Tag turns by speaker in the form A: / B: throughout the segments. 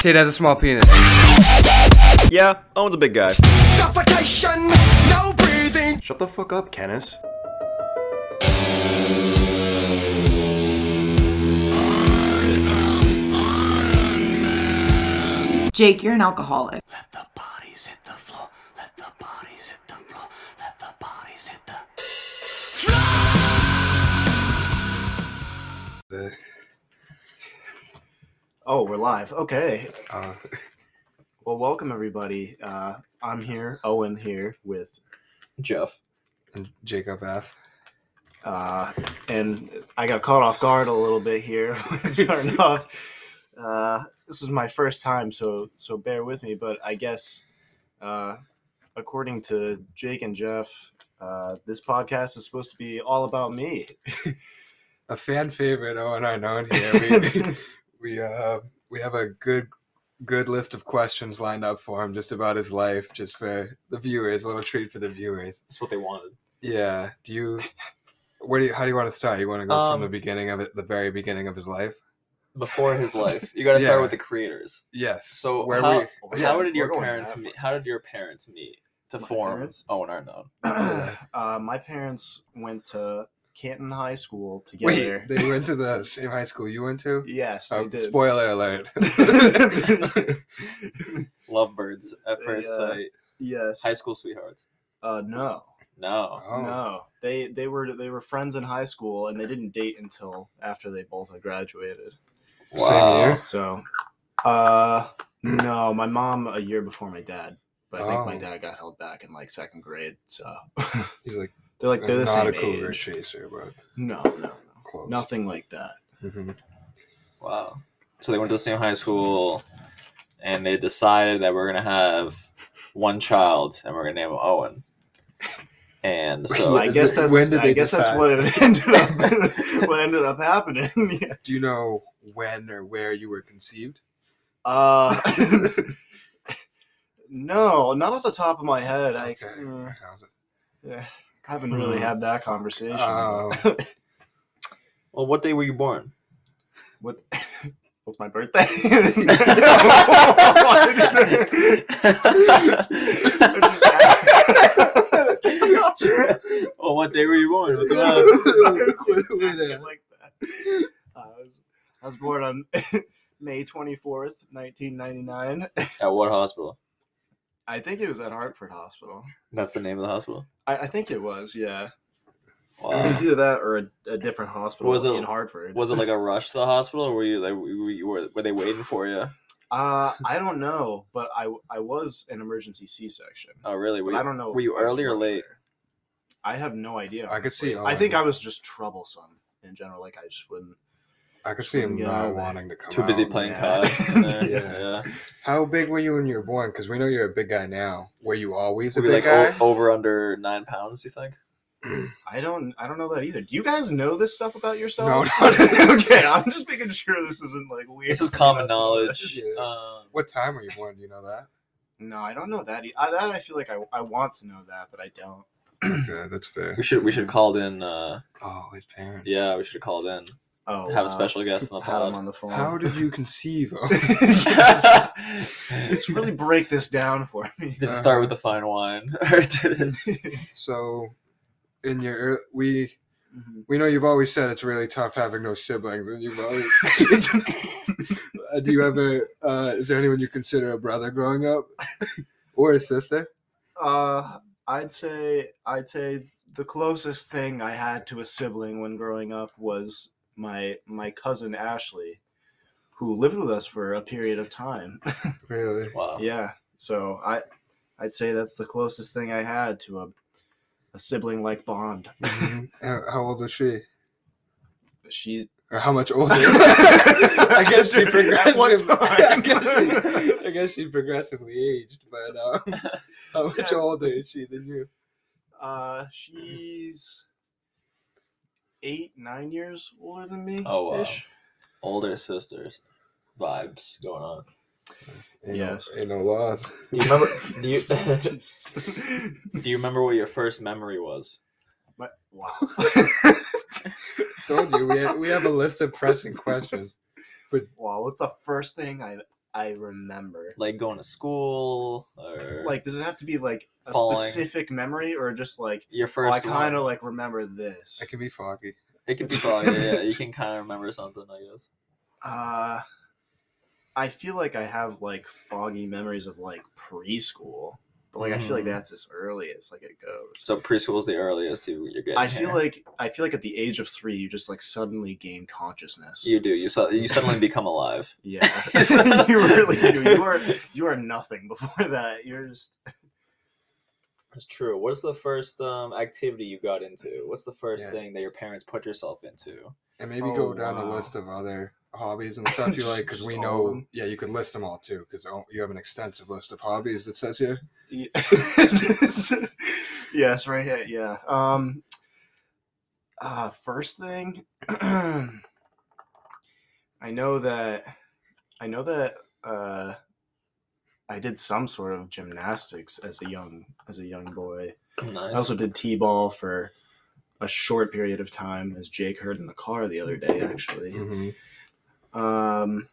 A: Kid has a small penis.
B: Yeah, Owen's a big guy.
C: Suffocation, no breathing.
B: Shut the fuck up, Kenneth.
D: Jake, you're an alcoholic.
E: Oh, we're live. Okay.
A: uh,
E: well, welcome everybody. Uh, I'm here, Owen here with,
B: Jeff.
A: Jacob F.
E: uh, and I got caught off guard a little bit here starting off. Uh, this is my first time, so so bear with me. But I guess, uh, according to Jake and Jeff, uh, this podcast is supposed to be all about me.
A: A fan favorite, Owen I know here. We we uh we have a good good list of questions lined up for him just about his life, just for the viewers, a little treat for the viewers.
F: That's what they wanted.
A: Yeah. Do you where do you how do you want to start? You wanna go from the
F: Um,
A: beginning of it the very beginning of his life?
F: Before his life, you got to
A: Yeah.
F: start with the creators.
A: Yes.
F: So
A: where
F: how,
A: we
F: how
E: Yeah,
F: did
E: we're
F: your
E: going
F: parents
E: half.
F: meet? How did your parents meet to
E: My
F: form
E: parents?
F: Owen Arnold?
E: uh, my parents went to Canton High School together.
A: Wait, they went to the same high school you went to?
E: Yes, they
A: Oh,
E: did.
A: spoiler alert.
F: Lovebirds at
E: They,
F: first
E: uh,
F: sight,
E: yes.
F: high school sweethearts.
E: Uh, no.
F: No,
A: Oh.
E: No, they they were they were friends in high school, and they didn't date until after they both had graduated.
A: Oh, Same year?
E: So, uh, no, my mom a year before my dad, but I think my
A: Oh.
E: dad got held back in like second grade. So
A: He's like
E: they're like they're the
A: not
E: same
A: a cougar
E: age.
A: chaser, but
E: No, no, no,
A: close.
E: nothing like that.
A: hmm
F: wow. So they went to the same high school, and they decided that we're gonna have one child, and we're gonna name him Owen. And so
A: Wait,
E: I
A: is
E: guess
A: it-
E: that's
A: when did
E: I
A: they
E: guess that's
A: decide?
E: what it ended up what ended up happening. Yeah.
A: Do you know when or where you were conceived?
E: Uh, no, not off the top of my head. I. mm,
A: Okay. How's it?
E: Yeah, I haven't really
F: Hmm.
E: had that conversation.
F: Uh,
A: Oh.
F: well, what day were you born?
E: what? What's my birthday?
F: well, what day were you born?
A: Oh.
F: What's going on?
E: like that. I was, I was born on May twenty fourth, nineteen ninety nine.
F: At what hospital?
E: I think it was at Hartford Hospital.
F: That's the name of the hospital.
E: I, I think it was. Yeah, it
F: Wow.
E: was either that or a, a different hospital
F: Was it-
E: in Hartford.
F: Was it like a rush to the hospital, or were you like were you were, were they waiting for you?
E: uh, I don't know, but I I was an emergency C section.
F: Oh, really? Were
E: But
F: you,
E: I don't know.
F: Were you
E: if I was
F: early or
E: much
F: late?
E: there. I have no idea.
A: I could see
E: honestly. I
A: Owen.
E: think I was just troublesome in general. Like I just wouldn't.
A: I could see him
E: Yeah,
A: not
E: they-
A: wanting to come.
F: Too busy
A: out.
F: playing
E: yeah.
F: cards. yeah.
A: Yeah.
F: yeah.
A: How big were you when you were born? Because we know you're a big guy now. Were you always a
F: Were you
A: big
F: like oh,
A: guy?
F: o- over under nine pounds? You think?
E: I don't. I don't know that either. Do you guys know this stuff about yourselves?
A: no.
E: okay, I'm just making sure this isn't like weird.
F: This is common
E: That's all it
F: knowledge.
E: is.
A: Yeah.
F: Um,
A: What time were you born? Do you know that?
E: No, I don't know that. e- I, that I feel like I, I want to know that, but I don't.
A: okay, that's fair.
F: we should we should call it in. Uh,
A: Oh, his parents.
F: yeah, we should call it in.
E: Oh,
F: Have
E: wow.
F: a special guest on the
E: Had him
F: pod.
E: on the phone.
A: How did you conceive? Oh,
E: Let's really break this down for me.
F: Did it start with the fine wine, or did it?
A: so, in your ear- we
E: Mhm.
A: we know you've always said it's really tough having no siblings, and you've always.
E: Mm-hmm.
A: Uh, Do you ever? Uh, is there anyone you consider a brother growing up, or a sister?
E: Uh, I'd say I'd say the closest thing I had to a sibling when growing up was my my cousin Ashley, who lived with us for a period of time.
A: Really?
F: Wow.
E: yeah, so I I'd say that's the closest thing I had to a a sibling like bond.
A: Mhm. how, how old was she?
E: She
A: Or how much older?
E: I at what
A: progressively- I
E: time?
A: guess, I guess she progressively aged, but um, how
E: Yes.
A: much older is she than you?
E: uh, she's eight nine years older than me.
F: Oh, wow.
E: ish.
F: Older sisters vibes going on.
A: Ain't
E: Yes.
A: No, ain't no laws.
F: Do you remember? do you do you remember what your first memory was?
E: My, wow.
A: Told you we have, we have a list of pressing questions.
E: Wow, what's the first thing I I remember.
F: Like going to school or
E: Like, does it have to be like a
F: Falling.
E: specific memory, or just like
F: your
E: oh,
F: first?
E: I kind
F: one?
E: of like remember this?
A: It can be foggy.
F: It could be probably yeah. You can kind of remember something, I guess.
E: Uh, I feel like I have like foggy memories of like preschool, but like I feel like
F: Mhm.
E: that's as early as like it goes.
F: So preschool's the earliest you, you're getting.
E: I feel
F: here.
E: like I feel like at the age of three, you just like suddenly gain consciousness.
F: you do. You su- you suddenly become alive.
E: Yeah, you really do. You are you are nothing before that. You're just
F: That's true. What's the first um, activity you got into? What's the first
A: Yeah.
F: thing that your parents put yourself into?
A: And maybe
E: Oh,
A: go down
E: wow.
A: a list of other hobbies and stuff you
E: Just-
A: like, because
E: just
A: we
E: all of
A: know,
E: them.
A: yeah, you could list them all too, because you have an extensive list of hobbies that says here.
E: yes, right here. Yeah. Um. Uh, first thing, I know that I know that uh, I did some sort of gymnastics as a young as a young boy. I
F: Nice.
E: also did t-ball for a short period of time, as Jake heard in the car the other day. Actually,
A: Mm-hmm.
E: Um,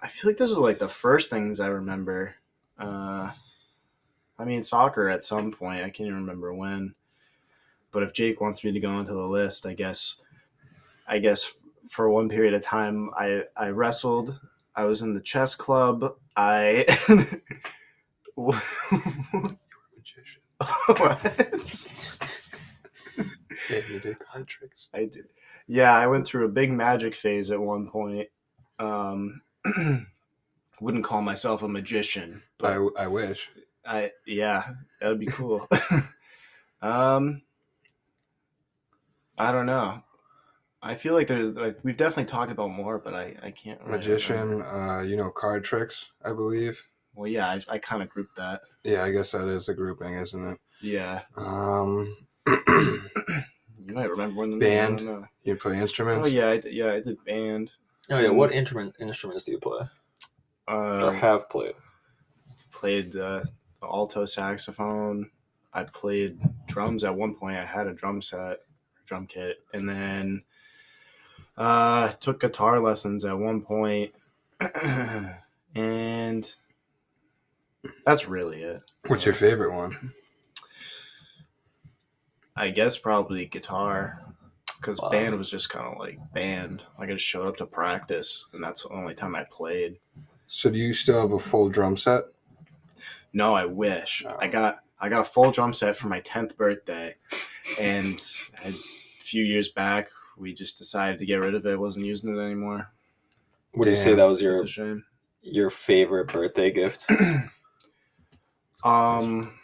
E: I feel like those are like the first things I remember. Uh, I mean, soccer at some point. I can't even remember when. But if Jake wants me to go onto the list, I guess, I guess for one period of time, I I wrestled. I was in the chess club. I.
A: Magician.
E: what?
A: Yeah, you did card tricks.
E: I did. Yeah, I went through a big magic phase at one point. Um, wouldn't call myself a magician,
A: I,
E: but
A: I wish.
E: I, yeah, that would be cool. um, I don't know. I feel like there's like we've definitely talked about more, but I I can't really remember.
A: Magician, uh, you know, card tricks, I believe.
E: Well, yeah, I, I kind of grouped that.
A: Yeah, I guess that is a grouping, isn't it?
E: Yeah,
A: Um,
E: you might remember when the
A: Band.
E: I don't know.
A: you play instruments?
E: Oh yeah, I, did- yeah, I did band.
F: oh yeah. What instrument instruments do you play or
E: Um,
F: have played?
E: played uh, the alto saxophone. I played drums at one point. I had a drum set, drum kit, and then uh, took guitar lessons at one point. and that's really it.
A: What's your favorite one?
E: I guess probably guitar because
F: Wow.
E: band was just kind of like band. Like I just showed up to practice, and that's the only time I played.
A: So, do you still have a full drum set?
E: No, I wish.
A: Oh.
E: I got I got a full drum set for my tenth birthday, and a few years back we just decided to get rid of it. wasn't using it anymore.
F: Would you say
A: Damn,
F: that was
E: It's
F: your
E: a shame.
F: your favorite birthday gift?
E: Um,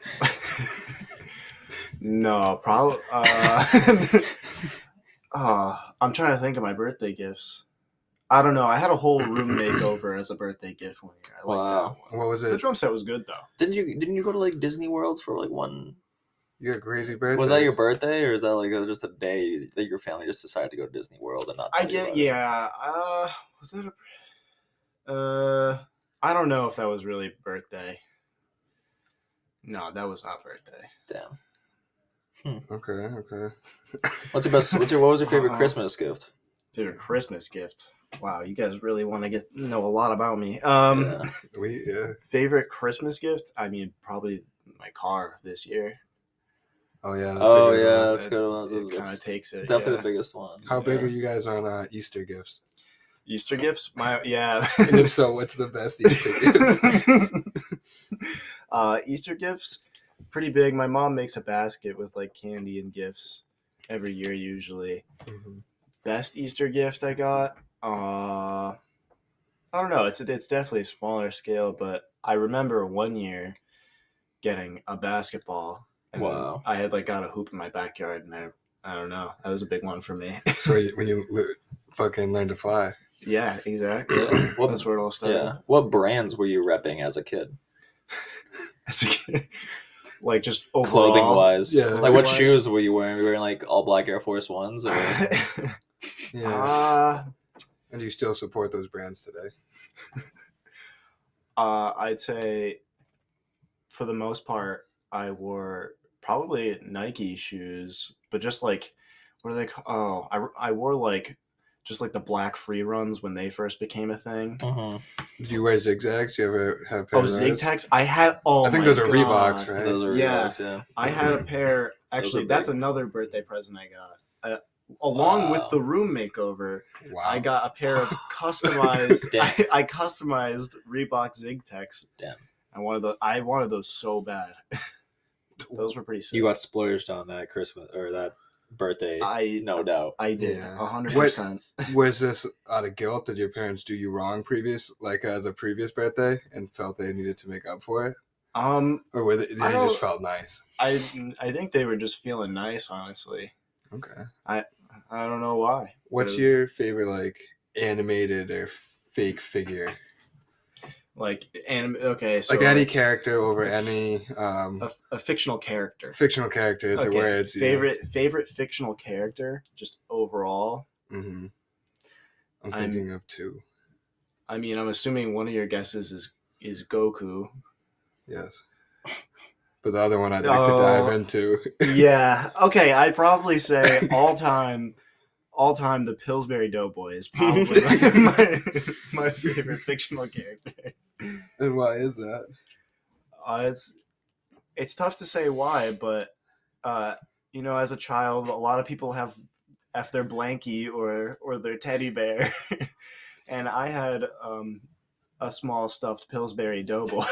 E: no, probably. Uh, uh, I'm trying to think of my birthday gifts. I don't know. I had a whole room makeover as a birthday gift one year. I like
F: Wow.
E: that one.
A: What was
E: The
A: it?
E: drum set was good though.
F: Didn't you didn't you go to like Disney World for like one?
A: You had crazy birthday.
F: Was that your birthday or is that like uh, just a day that your family just decided to go to Disney World and not?
E: I
F: tell you
E: get
F: about it?
E: yeah. Uh, was that a? Uh, I don't know if that was really birthday. No, that was not birthday.
F: Damn.
A: Okay, okay.
F: What's your best? What's your what was your favorite
E: Uh-uh.
F: Christmas gift?
E: Favorite Christmas gift. Wow, you guys really want to get know a lot about me. Um,
F: Yeah.
A: We yeah.
E: favorite Christmas gift. I mean, probably my car this year.
A: Oh yeah. that's a
F: Oh,
A: good
F: yeah,
A: one.
F: that's good. That's-
E: It kind
F: that's
E: of takes it.
F: Definitely
E: yeah.
F: the biggest one.
A: How big
F: Yeah.
A: are you guys on uh, Easter gifts?
E: Easter gifts. My yeah.
A: And if so, what's the best Easter gift?
E: uh, Easter gifts, pretty big. My mom makes a basket with like candy and gifts every year, usually.
A: Mhm.
E: Best Easter gift I got. Uh, I don't know. It's it's definitely a smaller scale, but I remember one year getting a basketball. And
F: Wow.
E: I had like got a hoop in my backyard, and I I don't know. That was a big one for me.
A: That's where you, when you le- fucking learn to fly.
E: yeah, exactly.
F: Yeah. What,
E: That's where it all started.
F: yeah. What brands were you repping as a kid?
E: As a kid. like just overall,
F: Clothing wise,
A: yeah,
F: like what
E: clothing-wise.
F: shoes were you wearing? Were you wearing like all black Air Force Ones? Or...
A: Yeah.
E: uh,
A: and you still support those brands today.
E: uh, I'd say for the most part, I wore probably Nike shoes, but just like what are they? ca- Oh, I, I wore like just like the black free runs when they first became a thing.
F: Mhm.
A: Did you wear zigzags? Do you ever have? a pair
E: Oh,
A: of those?
E: Zig Tacs. I had. Oh,
A: I think
E: my
A: those are
E: God.
A: Reeboks, right?
F: Those are
E: Yeah.
F: realized, yeah.
E: I had a pair. Actually,
F: big.
E: that's another birthday present I got. Uh, along with
F: Wow.
E: the room makeover,
A: wow.
E: I got a pair of customized.
F: Damn.
E: I, I customized Reebok Zig Tacs.
F: Damn.
E: I wanted the. I wanted those so bad. those were pretty sick.
F: You got splurged on that Christmas or that birthday,
E: I
F: no doubt.
E: I did
A: Yeah.
E: a hundred
A: What-
E: percent.
A: Was this out of guilt? Did your parents do you wrong previous, like uh, the previous birthday, and felt they needed to make up for it,
E: Um,
A: or were they, they
E: I don't-
A: just felt nice?
E: I I think they were just feeling nice, honestly.
A: Okay.
E: I don't know why.
A: What's
E: Uh,
A: your favorite like animated or fake figure?
E: Like anim. Okay, so
A: like any character over any um,
E: a, a fictional character.
A: fictional character is the
E: Okay,
A: words.
E: favorite favorite fictional character, just overall.
A: hmm I'm
E: I'm-
A: thinking of two.
E: I mean, I'm assuming one of your guesses is is Goku.
A: Yes. But the other one I'd like
E: Oh.
A: to dive into.
E: yeah. Okay, I'd probably say all time all time the Pillsbury Doughboy is probably my, my, my favorite fictional character.
A: and why is that?
E: Uh, it's it's tough to say why, but uh, you know, as a child, a lot of people have f their blankie or or their teddy bear, and I had um, a small stuffed Pillsbury Doughboy.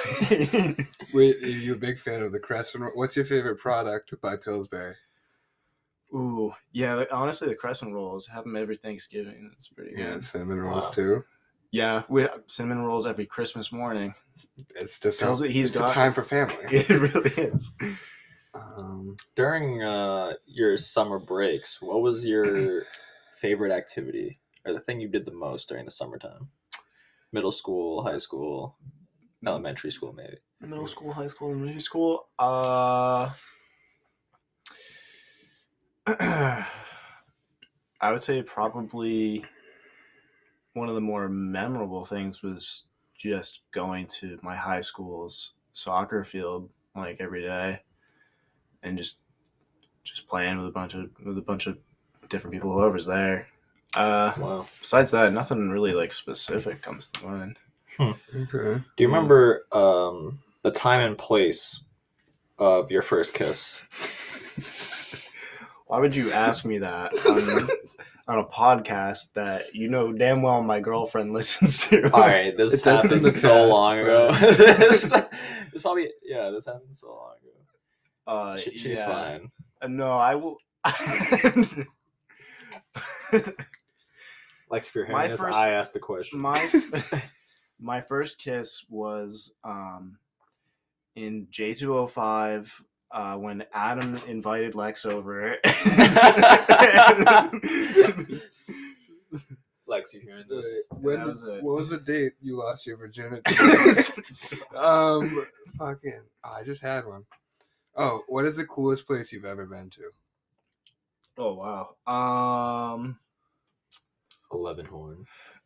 A: Wait, are you a big fan of the Crescent? Ro- What's your favorite product by Pillsbury?
E: Ooh, yeah. like, Honestly, the crescent rolls have them every Thanksgiving. It's pretty good.
A: Yeah, cinnamon rolls
F: Wow.
A: too.
E: Yeah, we cinnamon rolls every Christmas morning.
A: It's just
E: Tells
A: a,
E: me he's
A: it's
E: got
A: a time for family.
E: It really is.
A: Um,
F: During uh, your summer breaks, what was your favorite activity or the thing you did the most during the summertime? Middle school, high school, elementary school, maybe.
E: Middle school, high school, elementary school. Uh, I would say probably one of the more memorable things was just going to my high school's soccer field like every day, and just just playing with a bunch of with a bunch of different people, whoever's there. Uh,
F: Wow.
E: besides that, nothing really like specific comes to mind.
A: okay.
F: Do you remember um, the time and place of your first kiss?
E: Why would you ask me that on, on a podcast that you know damn well my girlfriend listens to?
F: All right, this
A: It does in the
F: happened so
A: past,
F: long ago.
A: but-
F: this, this probably yeah, this happened so long ago.
E: Uh,
F: She- she's
E: yeah.
F: fine.
E: Uh, No, I will.
F: Like if you're
E: hearing My this, first- I
F: asked the question.
E: my my first kiss was um, in J two hundred five. Uh, when Adam invited Lex over,
F: Lex, you hearing this?
A: Wait, when
E: that
A: did-
E: was it.
A: what was the date you lost your virginity? um, fucking, I just had one. Oh, what is the coolest place you've ever been to?
E: oh wow, um,
F: Eleven horn.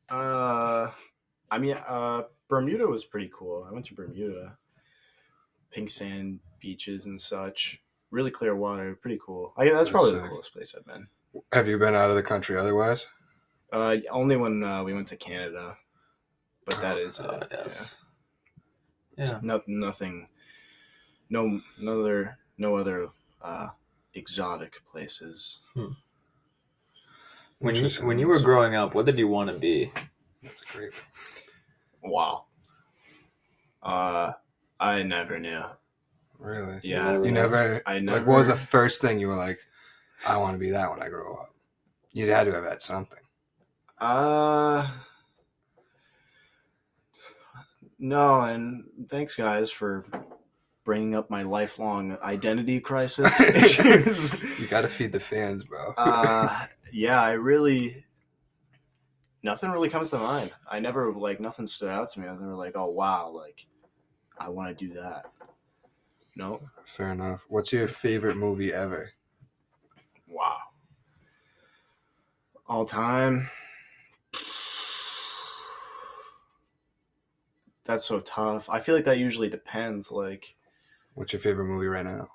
E: Uh, I mean, uh, Bermuda was pretty cool. I went to Bermuda, pink sand beaches and such, really clear water, pretty cool. I, that's
A: That's
E: probably the
A: sick.
E: coolest place I've been.
A: Have you been out of the country otherwise?
E: Uh, only when uh, we went to Canada, but that
A: Oh,
E: is
F: Uh,
E: it.
F: yes. Yeah.
E: Yeah. No, nothing, no, no other, no other uh, exotic places.
F: When you
A: Interesting.
F: when you were growing up, what did you want to be?
A: That's great.
E: Wow. Uh, I never knew.
A: Really?
E: Yeah,
A: You never.
E: I never.
A: Like, what was the first thing you were like? I want to be that when I grow up. You had to have had something.
E: Uh No, and thanks guys for bringing up my lifelong identity crisis issues.
A: You got to feed the fans, bro.
E: uh yeah, I really nothing really comes to mind. I never like nothing stood out to me. I was never like, "Oh wow, like I want to do that." No.
A: Fair enough. What's your favorite movie ever?
E: Wow. All time. That's so tough. I feel like that usually depends. Like
A: What's your favorite movie right now?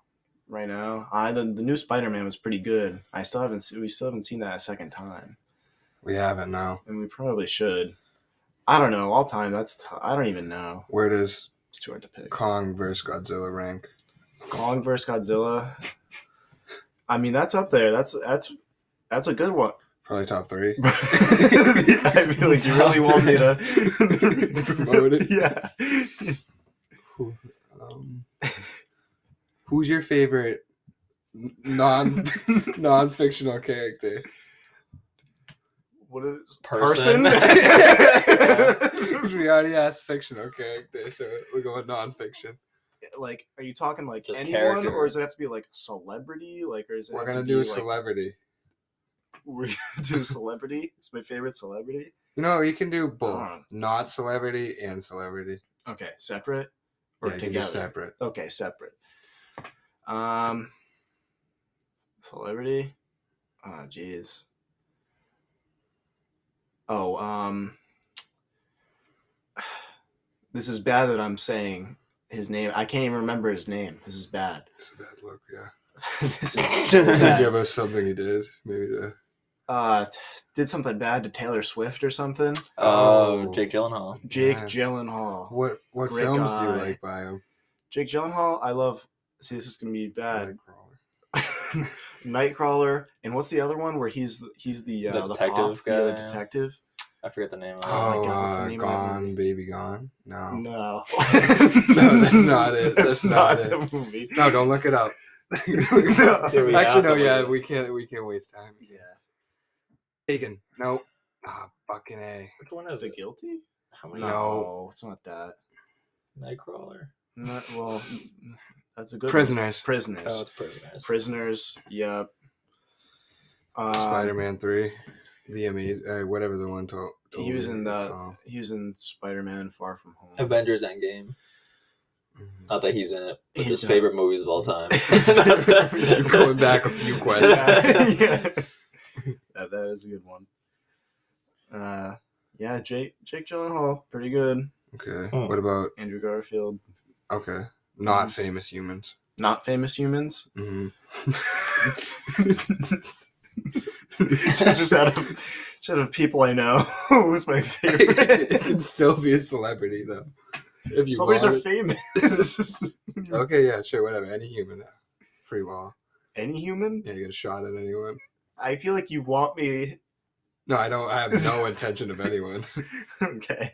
E: right now, I the, the new Spider Man was pretty good. I still haven't se- we still haven't seen that a second time.
A: We haven't now.
E: and we probably should. I don't know. All time. That's t- I don't even know.
A: Where does
E: It's too hard to pick.
A: Kong versus Godzilla rank?
E: Kong versus Godzilla. I mean, that's up there. That's that's that's a good one.
A: Probably top three.
E: I feel like you really want me to
A: Promote it.
E: Yeah.
A: Um, who's your favorite n- non non fictional character?
E: What is
F: Person.
A: we already asked fictional character, so we're going non fiction.
E: like, are you talking like
F: Just
E: anyone,
F: character.
E: or does it have to be like celebrity? Like, or is it
A: We're
E: have to
A: gonna do a
E: be, like,
A: celebrity.
E: We're gonna do a celebrity. It's my favorite celebrity.
A: You know, you can do both,
E: Ah.
A: not celebrity and celebrity.
E: Okay, separate
A: Yeah,
E: or
A: you can do
E: together.
A: separate.
E: Okay, separate. Um, celebrity. Oh, jeez. Oh, um, this is bad that I'm saying his name. I can't even remember his name. This is bad.
A: It's a bad look. Yeah,
E: this is so
A: Can you
F: Oh,
E: bad.
A: give us something he did, maybe to
E: Uh, t- did something bad to Taylor Swift or something.
F: Oh,
A: Oh.
F: Jake Gyllenhaal.
E: Jake
A: Yeah.
E: Gyllenhaal.
A: what what
E: Great
A: films do you
E: guy.
A: like by him?
E: Jake Gyllenhaal. I love. See, this is gonna be bad.
A: Nightcrawler.
E: Nightcrawler, and what's the other one where he's the- he's the uh,
F: The
E: the,
F: detective
E: cop, yeah, the
F: guy.
E: detective.
F: I forget the name.
E: Oh
F: of
E: my
A: Oh,
E: God, what's the
A: uh,
E: name of that
A: Gone
E: movie?
A: Baby Gone. No. no,
E: No,
A: No, that's not it. That's not it.
E: the movie.
A: don't look it up.
E: No.
F: Do we
A: Actually,
F: have
A: no.
F: to
A: Yeah,
F: look it
A: we can't. We can't waste time.
E: Yeah,
A: Taken. No. Ah, fucking a.
F: Which one
E: is it guilty?
F: How
E: No,
F: many?
A: No.
E: it's not that.
F: Nightcrawler.
E: Not, well, that's a good one.
A: Prisoners.
E: Prisoners,
F: Oh, it's prisoners.
E: prisoners. Yep. Um,
A: Spider-Man Three. The amazing, uh, whatever the one to. to
E: He was in the- Um, He was in Spider-Man: Far From Home.
F: Avengers Endgame.
A: Mm-hmm.
F: Not that he's in it, but
E: He's
F: his
E: in it.
F: favorite movies of all time.
A: You're going back a few questions.
E: yeah. That, that is a good one. Uh, yeah, Jake Jake Gyllenhaal, pretty good.
A: Okay.
F: Hmm.
A: What about
E: Andrew Garfield,
A: okay? Not
E: Mhm.
A: famous humans.
E: not famous humans.
A: hmm
E: just out of just out of people I know, who's my favorite?
A: it can still be a celebrity though. If you
E: Celebrities are
A: want it.
E: famous.
A: okay, yeah, sure, whatever. Any human, uh, free will.
E: Any human?
A: Yeah, you get a shot at anyone.
E: I feel like you want me.
A: No, I don't. I have no intention of anyone.
E: okay.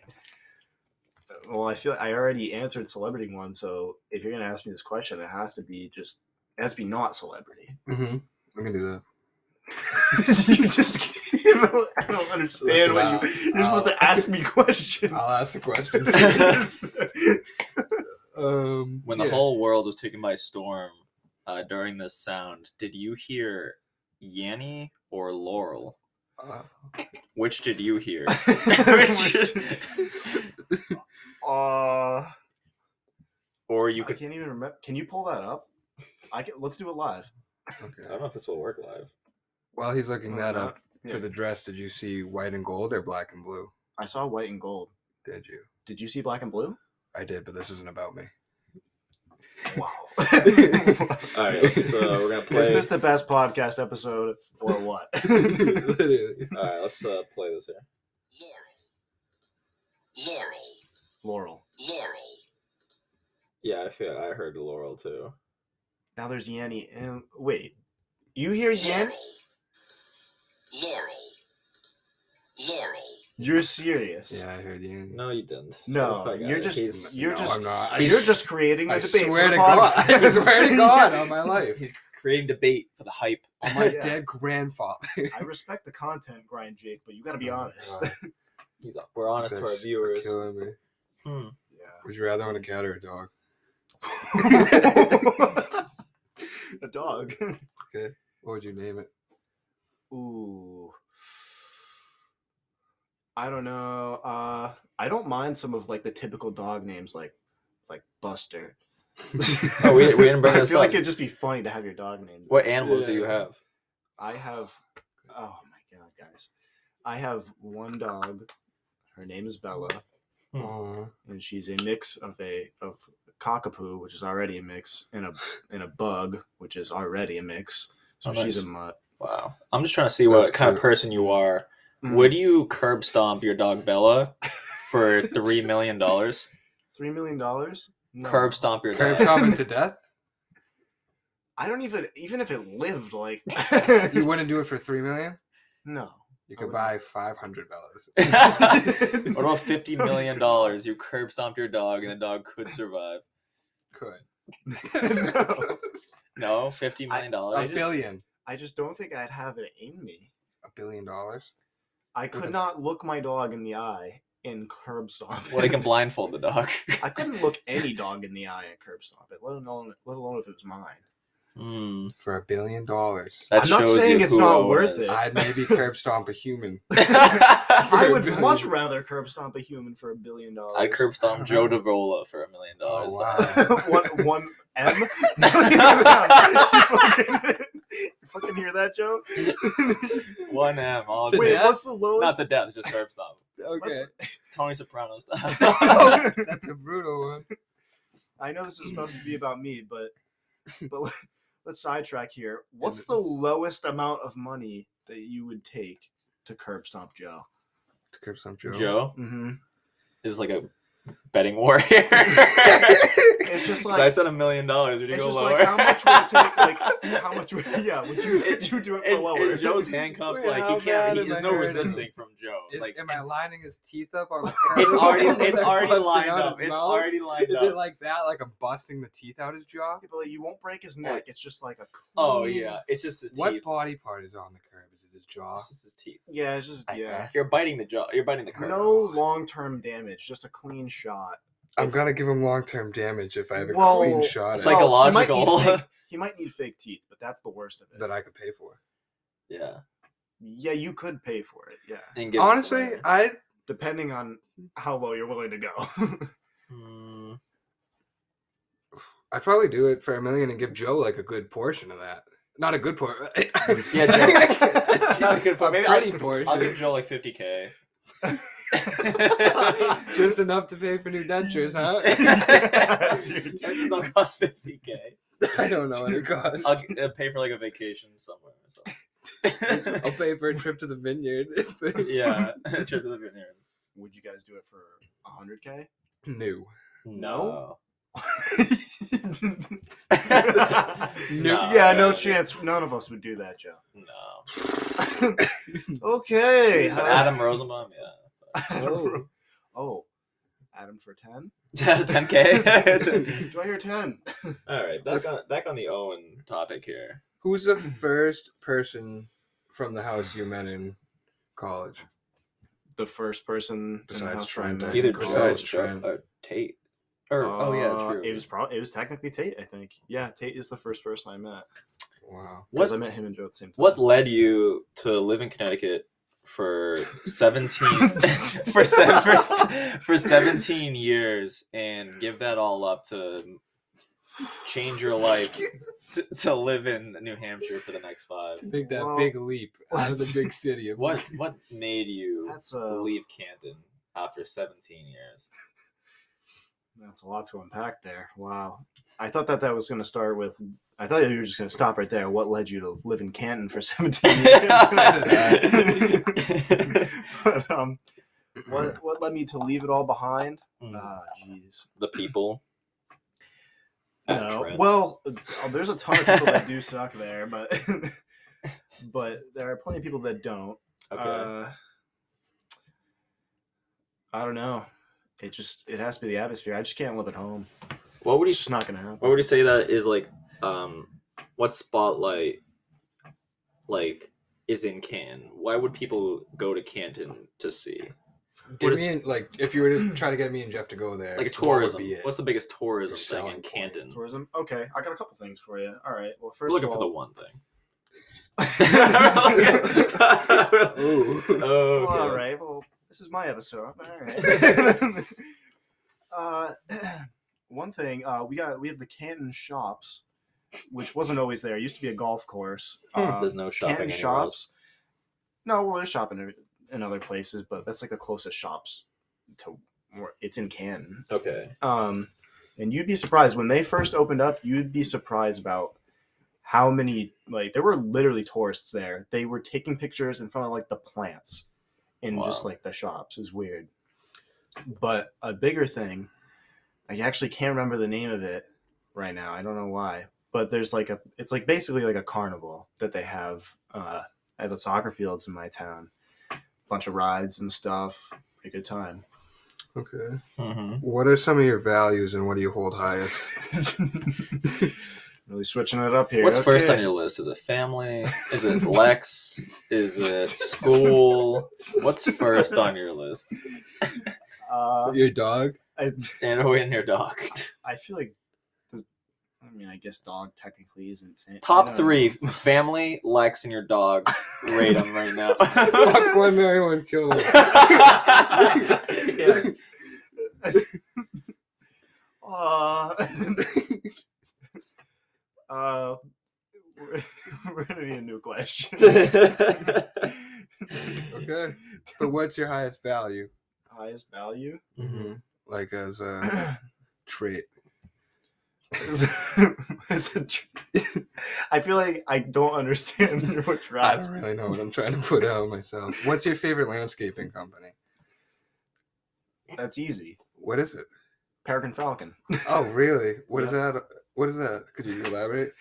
E: Well, I feel I already answered celebrity one, so if you're gonna ask me this question, it has to be just it has to be not celebrity.
A: Mm-hmm. I'm gonna do that.
E: you just I don't understand what you you're supposed to ask me questions.
A: I'll ask the questions. um,
F: when the
A: yeah.
F: whole world was taken by storm uh, during this sound, did you hear Yanny or Laurel?
A: Uh,
F: Which did you hear?
E: Which- uh,
F: or you
E: you
F: could.
E: can't even remember. Can you pull that up? I can, let's do it live.
A: okay.
F: know if this will work live.
A: While he's looking that
F: Uh,
A: up
E: Yeah.
A: for the dress, did you see white and gold or black and blue?
E: I saw white and gold.
A: Did you?
E: Did you see black and blue?
A: I did, but this isn't about me.
E: Wow.
F: All right, let's, uh, we're gonna play.
E: Is this the best podcast episode or what?
A: Literally.
F: All right, let's uh, play this here.
G: Laurel,
E: Laurel.
G: Laurel,
F: Yeah, I feel I heard Laurel too.
E: Now there's Yanny and wait. You hear Yanny?
G: Laurel, Laurel,
E: You're serious.
A: Yeah, I heard you.
F: No, you didn't.
E: No,
F: Fuck outta
E: you're
F: here.
E: just-
F: He's-
E: you're
A: no,
E: just-
A: I'm not. I,
E: You're just creating the
A: I
E: debate. for
A: swear
E: the
A: to God. I
E: podcast.
A: swear to God on my life.
F: He's creating debate for the hype.
E: Oh
A: my
E: Yeah.
A: dead grandfather.
E: I respect the content grind, Jake, but you got to be
A: Oh my
E: honest.
A: God.
F: He's, we're honest to our
A: That's
F: viewers.
A: Killing me.
F: Hmm.
A: Would you rather own a cat or a dog?
E: a dog.
A: What would you name it?
E: Ooh. I don't know. Uh, I don't mind some of like the typical dog names, like like Buster.
F: Oh, we, we didn't bring
E: I
F: this
E: feel
F: up.
E: like it'd just be funny to have your dog named.
F: What animals do you
A: Yeah.
F: have?
E: I have. Oh my god, guys! I have one dog. Her name is Bella.
F: Hmm.
A: Aw.
E: and she's a mix of a of cockapoo, which is already a mix, and a and a bug, which is already a mix. So
F: Oh,
E: she's a
F: nice.
E: mutt.
F: Wow. I'm just trying to see what
A: That's
F: kind of
A: cute.
F: person you are
E: Mm.
F: Would you curb stomp your dog Bella for three million dollars?
E: Mm-hmm. Three million dollars? No.
F: Curb stomp your
A: Curb
F: dog.
A: stomping to death?
E: I don't even even if it lived like
A: You wouldn't do it for three million?
E: no.
A: You
E: I
A: could
E: wouldn't.
A: buy five hundred dollars.
F: what about fifty million dollars? You curb stomp your dog, and the dog could survive.
A: Could
E: No.
F: No, fifty million
A: a
E: I
F: dollars.
E: just-
A: billion?
E: I just don't think I'd have it in me.
A: A billion dollars?
E: I
A: Okay.
E: could not look my dog in the eye and curb stomp.
F: Well, they
E: it.
F: can blindfold the dog.
E: I couldn't look any dog in the eye and curb stomp it, let alone let alone if it was mine.
F: Hmm.
A: For a billion dollars,
F: that
E: I'm not
F: shows
E: saying
F: you
E: it's
F: who
E: not
F: Owen
E: worth
F: is.
E: it.
A: I'd maybe curb stomp a human.
E: I
A: For a
E: would
A: billion.
E: much rather curb stomp a human for a billion dollars.
F: I'd curb stomp Joe Davola for a million
E: Oh,
F: dollars.
A: wow.
E: one one M. you fucking, you fucking hear that, Joe?
F: One M. All
A: To
F: day.
E: Wait,
A: death?
E: what's the
F: Not
E: lowest?
F: the death, just curb stomp.
A: Okay,
F: Tony Soprano style.
A: that's a brutal one.
E: I know this is supposed to be about me, but but let- let's sidetrack here. What's the lowest amount of money that you would take to curb stomp Joe?
A: To curb stomp Joe.
F: Joe
E: Mm-hmm.
F: is like a betting warrior.
E: It's just
F: 'Cause I
E: like
F: said a million dollars. Would you
E: it's
F: go
E: just
F: lower?
E: like how much would it take? Like how much? Would, yeah, would you
F: It-
E: would you do it for
F: And-
E: lower?
F: and Joe's handcuffed.
A: Wait,
F: like
A: how
F: he can't.
A: bad
F: He,
A: am I
F: there's no
A: hurting?
F: resisting from Joe.
A: Is,
F: like
A: am I lining his teeth up on the
F: it's
A: curb?
F: already
A: Am
F: it's
A: I
F: already
A: busting
F: lined
A: out
F: up.
A: his
F: It's
A: mouth?
F: already lined
A: Is
F: up.
A: it like that? Like I'm busting the teeth out his jaw?
E: Yeah, but you won't break his neck. It's just like a.
F: oh
E: clean-
F: yeah, it's just his
A: What
F: teeth.
A: body part is on the curb? Is it his jaw?
F: It's just his teeth. uh,
E: Yeah, it's just
A: I-
E: yeah.
F: You're biting the jaw. You're biting the curve.
E: No long term damage, just a clean shot.
A: I'm
E: It's-
A: gonna give him long term damage if I have a
E: Well,
A: clean shot
F: it's
A: at
F: like
A: it
F: a-
E: Well, he might need
F: Psychological.
E: fake- He might need fake teeth, but that's the worst of it.
A: that I could pay for.
F: Yeah.
E: Yeah, you could pay for it. Yeah,
F: And give it
A: Honestly,
F: away.
A: I
E: depending on how low you're willing to go.
F: Hmm.
A: I'd probably do it for a million and give Joe like a good portion of that. Not a good portion.
F: Yeah, Joe. Not a good por- maybe I'll-
A: pretty portion.
F: I'll give Joe like 50k.
A: Just enough to pay for new dentures, huh?
E: Dude.
F: Dentures don't cost 50k.
A: I don't know what it costs.
F: I'll, g- uh, pay for like a vacation somewhere or something.
A: I'll pay for a trip to the vineyard.
F: yeah, trip to the vineyard.
E: Would you guys do it for 100k?
A: New.
E: No?
F: No.
E: yeah, no chance. None of us would do that, Joe.
F: No.
E: Okay.
F: But
E: uh,
F: Adam Rosenbaum, yeah.
E: Adam- oh, Adam for 10?
F: 10k.
E: Do I hear 10?
F: All right, back on back on the Owen topic here.
A: Who's the first person from the house you met in college?
E: the first person in the
A: Besides
E: house that I
A: Trent, I
E: met.
A: think
F: Either
A: Chris
F: Joe,
A: Owens,
F: Joe
A: Trent.
F: or Tate. Or oh yeah,
E: Uh,
F: true.
E: It was pro- it was technically Tate, I think. Yeah, Tate is the first person I met.
A: Wow.
F: What-
E: Because I met him and Joe at the same time.
F: What led you to live in Connecticut for seventeen for, se- for se- for seventeen years and give that all up to change your life to, to live in New Hampshire for the next five?
A: Make that
E: Well,
A: big leap out of the
E: let's-
A: big city. Of
F: What what made you
E: That's uh, a
F: leave Canton after seventeen years?
E: that's a lot to unpack there. Wow. I thought that that was going to start with. I thought you were just going to stop right there. What led you to live in Canton for 17 years? but, um, what, what led me to leave it all behind?
F: Mm.
E: Ah, jeez.
F: the people. at
E: No.
F: Trent.
E: Well, uh, there's a ton of people that do suck there, but but there are plenty of people that don't.
F: okay.
E: Uh, I don't know. It just it has to be the atmosphere. I just can't live at home.
F: what would you
E: It's just not gonna happen.
F: What would you say that is like? Um, what spotlight like is in Canton? Why would people go to Canton to see
A: Give
F: what is-
A: me an- like if you were to try to get me and Jeff to go there,
F: like a
A: what would
F: tourism?
A: be it?
F: What's the biggest tourism
A: Your
F: thing
A: selling
F: in
A: point.
F: Canton? We're
E: Tourism. Okay, I got a couple things for you. All right. Well, 1st
F: looking
E: of
F: for the
E: all,
F: one thing.
A: Ooh.
F: oh,
E: Well, all
F: okay.
E: right. Well, this is my episode. All right. uh, one thing uh, we got we have the Canton Shops, which wasn't always there. It used to be a golf course. Uh,
F: Hmm, There's no shopping.
E: Canton
F: anywhere else.
E: shops. No, well, there's shopping in- in other places, but that's like the closest shops to where it's in Canton.
F: Okay.
E: Um, and you'd be surprised when they first opened up. You'd be surprised about how many like there were literally tourists there. They were taking pictures in front of like the plants. in just
F: Wow.
E: like the shops. It was weird. But a bigger thing, I actually can't remember the name of it right now. I don't know why. But there's like a, it's like basically like a carnival that they have uh, at the soccer fields in my town. Bunch of rides and stuff. Pretty good time.
A: Okay.
F: Mm-hmm.
A: What are some of your values and what do you hold highest?
E: really switching it up here.
F: What's first on
E: Okay.
F: your list? Is it family? Is it Lex? Is it school? What's first on your list?
E: Uh,
A: your dog?
E: I,
F: And who in your dog?
E: I feel like, the- I mean, I guess dog technically isn't. fa- I
F: Top
E: don't
F: three:
E: know.
F: family, Lex, and your dog. Rate them right now.
A: Fuck one, marry one, kill one.
F: yeah.
E: Uh, uh, we're, we're gonna need a new question.
A: Okay. But what's your highest value?
E: Highest value.
A: Mm-hmm. Like as a trait.
E: It's- it's a tr- I feel like I don't understand what you're
A: I don't
E: asking.
A: really know what I'm trying to put out myself. What's your favorite landscaping company?
E: That's easy.
A: What is it?
E: Peregrine Falcon.
A: Oh, really? What is that? What is that? Could you elaborate?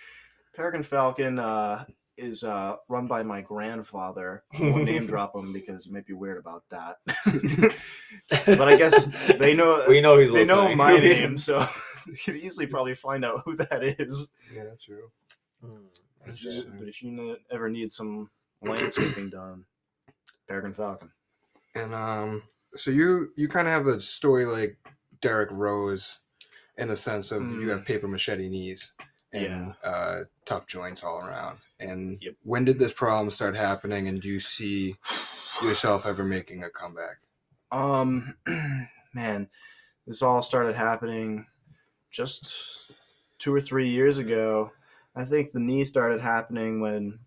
E: Peregrine Falcon uh, is uh, run by my grandfather. I won't name drop him because you might be weird about that. but I guess they know
F: we know who's
E: they
F: listening.
E: know my name, so they could easily probably find out who that is.
A: Yeah, true. That's
E: But
A: interesting.
E: if you ne- ever need some landscaping done, Peregrine Falcon.
A: And um, so you you kind of have a story like Derek Rose, in the sense of you
E: Mm.
A: have paper machete knees and uh, tough joints all around. And
E: Yep.
A: when did this problem start happening? And do you see yourself ever making a comeback?
E: Um, man, this all started happening just two or three years ago. I think the knee started happening when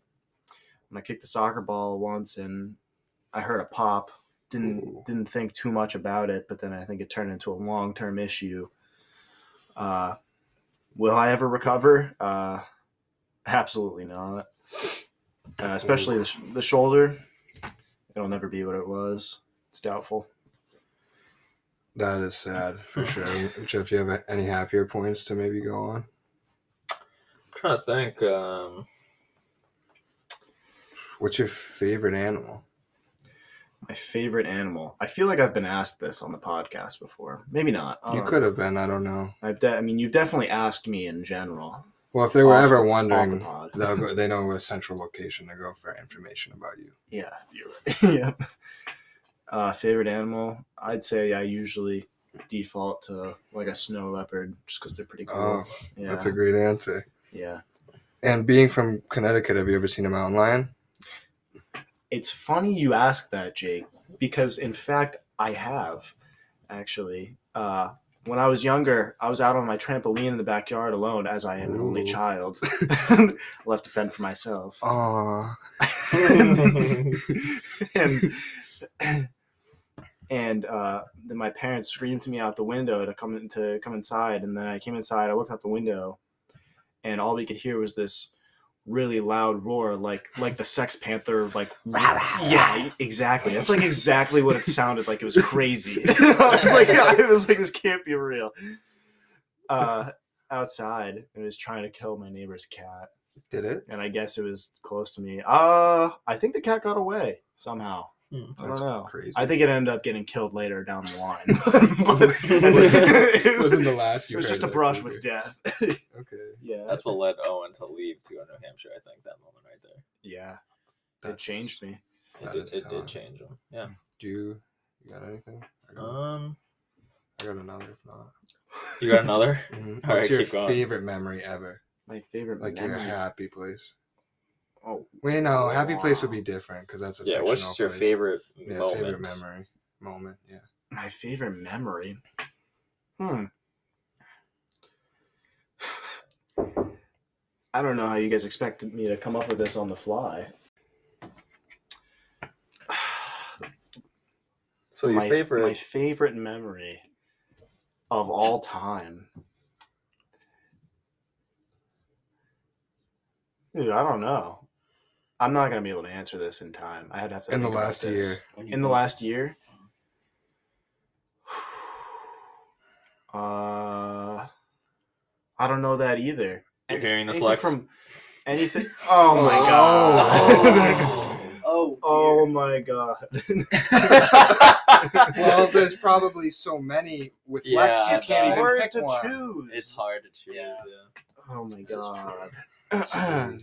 E: when I kicked the soccer ball once and I heard a pop. Didn't
A: Ooh.
E: didn't think too much about it, but then I think it turned into a long term issue. Uh, will I ever recover? Uh, absolutely not. Uh, especially the, sh- the shoulder. It'll never be what it was. It's doubtful.
A: That is sad for sure. Jeff, do you have any happier points to maybe go on?
F: I'm trying to think. Um,
A: What's your favorite animal?
E: My favorite animal. I feel like I've been asked this on the podcast before. Maybe not. I
A: You
E: don't know.
A: could have been. I don't know.
E: I've de- I mean, you've definitely asked me in general.
A: Well, if they were
E: Off the-
A: ever
E: off the
A: wondering,
E: pod.
A: they'll go, they know a central location to go for information about you.
E: Yeah. You're right. yep. Uh, favorite animal? I'd say I usually default to like a snow leopard just because they're pretty cool.
A: Oh,
E: yeah.
A: that's a great answer.
E: yeah.
A: And being from Connecticut, have you ever seen a mountain lion?
E: It's funny you ask that, Jake, because in fact, I have actually. Uh, when I was younger, I was out on my trampoline in the backyard alone, as I am an only
A: Ooh.
E: child. Left to fend for myself.
A: Oh,
E: and and uh, then my parents screamed to me out the window to come in, to come inside, and then I came inside. I looked out the window, and all we could hear was this really loud roar, like like the Sex Panther, like yeah, exactly. That's like exactly what it sounded like. It was crazy. I was like, I was like, this can't be real. Uh, outside, it was trying to kill my neighbor's cat
A: did it?
E: and I guess it was close to me. Uh, I think the cat got away somehow.
F: Hmm.
E: I don't
A: That's
E: know.
A: crazy.
E: I think it ended up getting killed later down the line. But it was,
A: Wasn't the last
E: it
A: you
E: was
A: heard
E: just a
A: that,
E: brush with
A: was it?
E: death.
A: Okay.
E: yeah.
F: that's what led Owen to leave to go to New Hampshire. I think that moment right there.
E: yeah. That
A: That's-
E: changed me.
A: That
F: It,
A: is
F: did, it
A: telling.
F: did change him. Yeah.
A: Do you, you got anything? I got,
F: Um,
A: I got another if not.
F: you got another?
A: Mhm. What's
F: All right,
A: your
F: keep going.
A: favorite memory ever?
E: My favorite
A: Like your
E: memory.
A: happy place?
E: Oh,
A: Wait, no, happy place would
E: Wow.
A: be different because that's a
F: yeah.
A: Fictional
F: What's your
A: place.
F: favorite
A: Yeah,
F: moment?
A: favorite memory moment? Yeah.
E: my favorite memory. Hmm. I don't know how you guys expected me to come up with this on the fly.
F: So your
E: my,
F: favorite?
E: my favorite memory of all time. Dude, I don't know. I'm not gonna be able to answer this in time. I had to have to
A: in the
E: think about
A: last
E: this.
A: year.
F: When you
E: in the
F: do-
E: last year. Uh, I don't know that either.
F: You're hearing this,
E: anything
F: Lex?
E: from anything? Oh my god!
F: Oh, oh,
E: Oh my god!
A: well, there's probably so many with
F: Yeah,
A: Lex.
F: that's
A: you can't even
E: Hard
A: pick
E: to
A: one.
E: choose.
F: it's hard to choose. Yeah.
H: Yeah.
E: oh my
F: true.
E: god!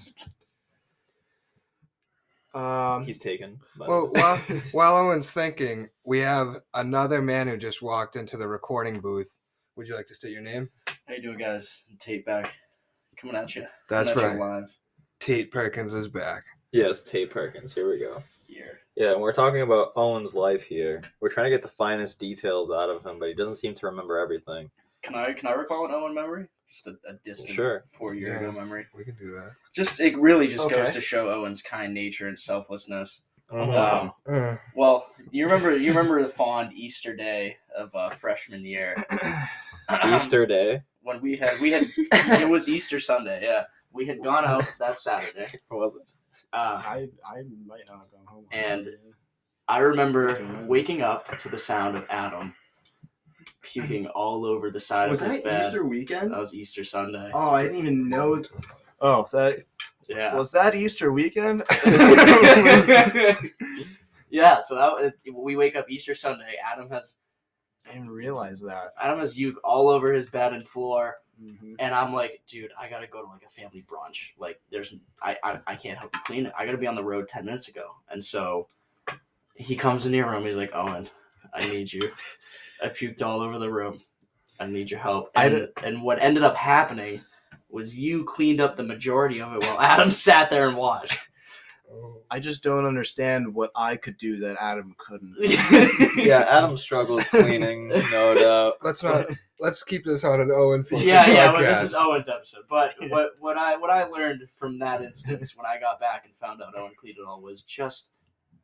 F: Um,
E: um,
F: He's taken. But
A: Well, while, while Owen's thinking, we have another man who just walked into the recording booth. Would you like to state your name?
H: How you doing, guys? Tate back, coming at you.
A: That's
H: coming at
A: right.
H: You live
A: Tate Perkins is back.
F: yes, Tate Perkins. Here we go.
H: here.
F: Yeah, and we're talking about Owen's life here. We're trying to get the finest details out of him, but he doesn't seem to remember everything.
H: Can I can I recall an Owen memory? Just a, a distant
F: Sure.
H: four year
A: Yeah.
H: ago memory.
A: We can do that.
H: Just it really just goes
E: Okay.
H: to show Owen's kind nature and selflessness.
E: Oh,
F: Mhm.
H: Um, well, you remember you remember the fond Easter day of uh, freshman year. Um,
F: Easter Day
H: when we had we had it was Easter Sunday. Yeah, we had gone out that Saturday.
F: was it?
H: Uh,
E: I I might not have gone home. on
H: And-
E: Sunday.
H: I remember waking up to the sound of Adam puking all over the side
E: was
H: of his
E: that
H: bed.
E: Easter weekend?
H: That was Easter Sunday.
E: Oh, I didn't even know. Oh, that
H: Yeah.
E: was that Easter weekend.
H: yeah, so that it- we wake up Easter Sunday. Adam has
E: I didn't realize that.
H: Adam has uke all over his bed and floor,
E: Mhm.
H: and I'm like, dude, I gotta go to like a family brunch. Like, there's I I, I can't help you clean it. I gotta be on the road ten minutes ago, and so he comes into your room. He's like, Owen, I need you. I puked all over the room. I need your help.
E: I
H: And, and what ended up happening was you cleaned up the majority of it while Adam sat there and watched.
A: Oh,
E: I just don't understand what I could do that Adam couldn't.
F: Yeah, Adam struggles cleaning, no doubt.
A: Let's not. Let's keep this on an Owen. focused
H: yeah, yeah. Well,
A: podcast.
H: this is Owen's episode, but what what I what I learned from that instance when I got back and found out Owen cleaned it all was just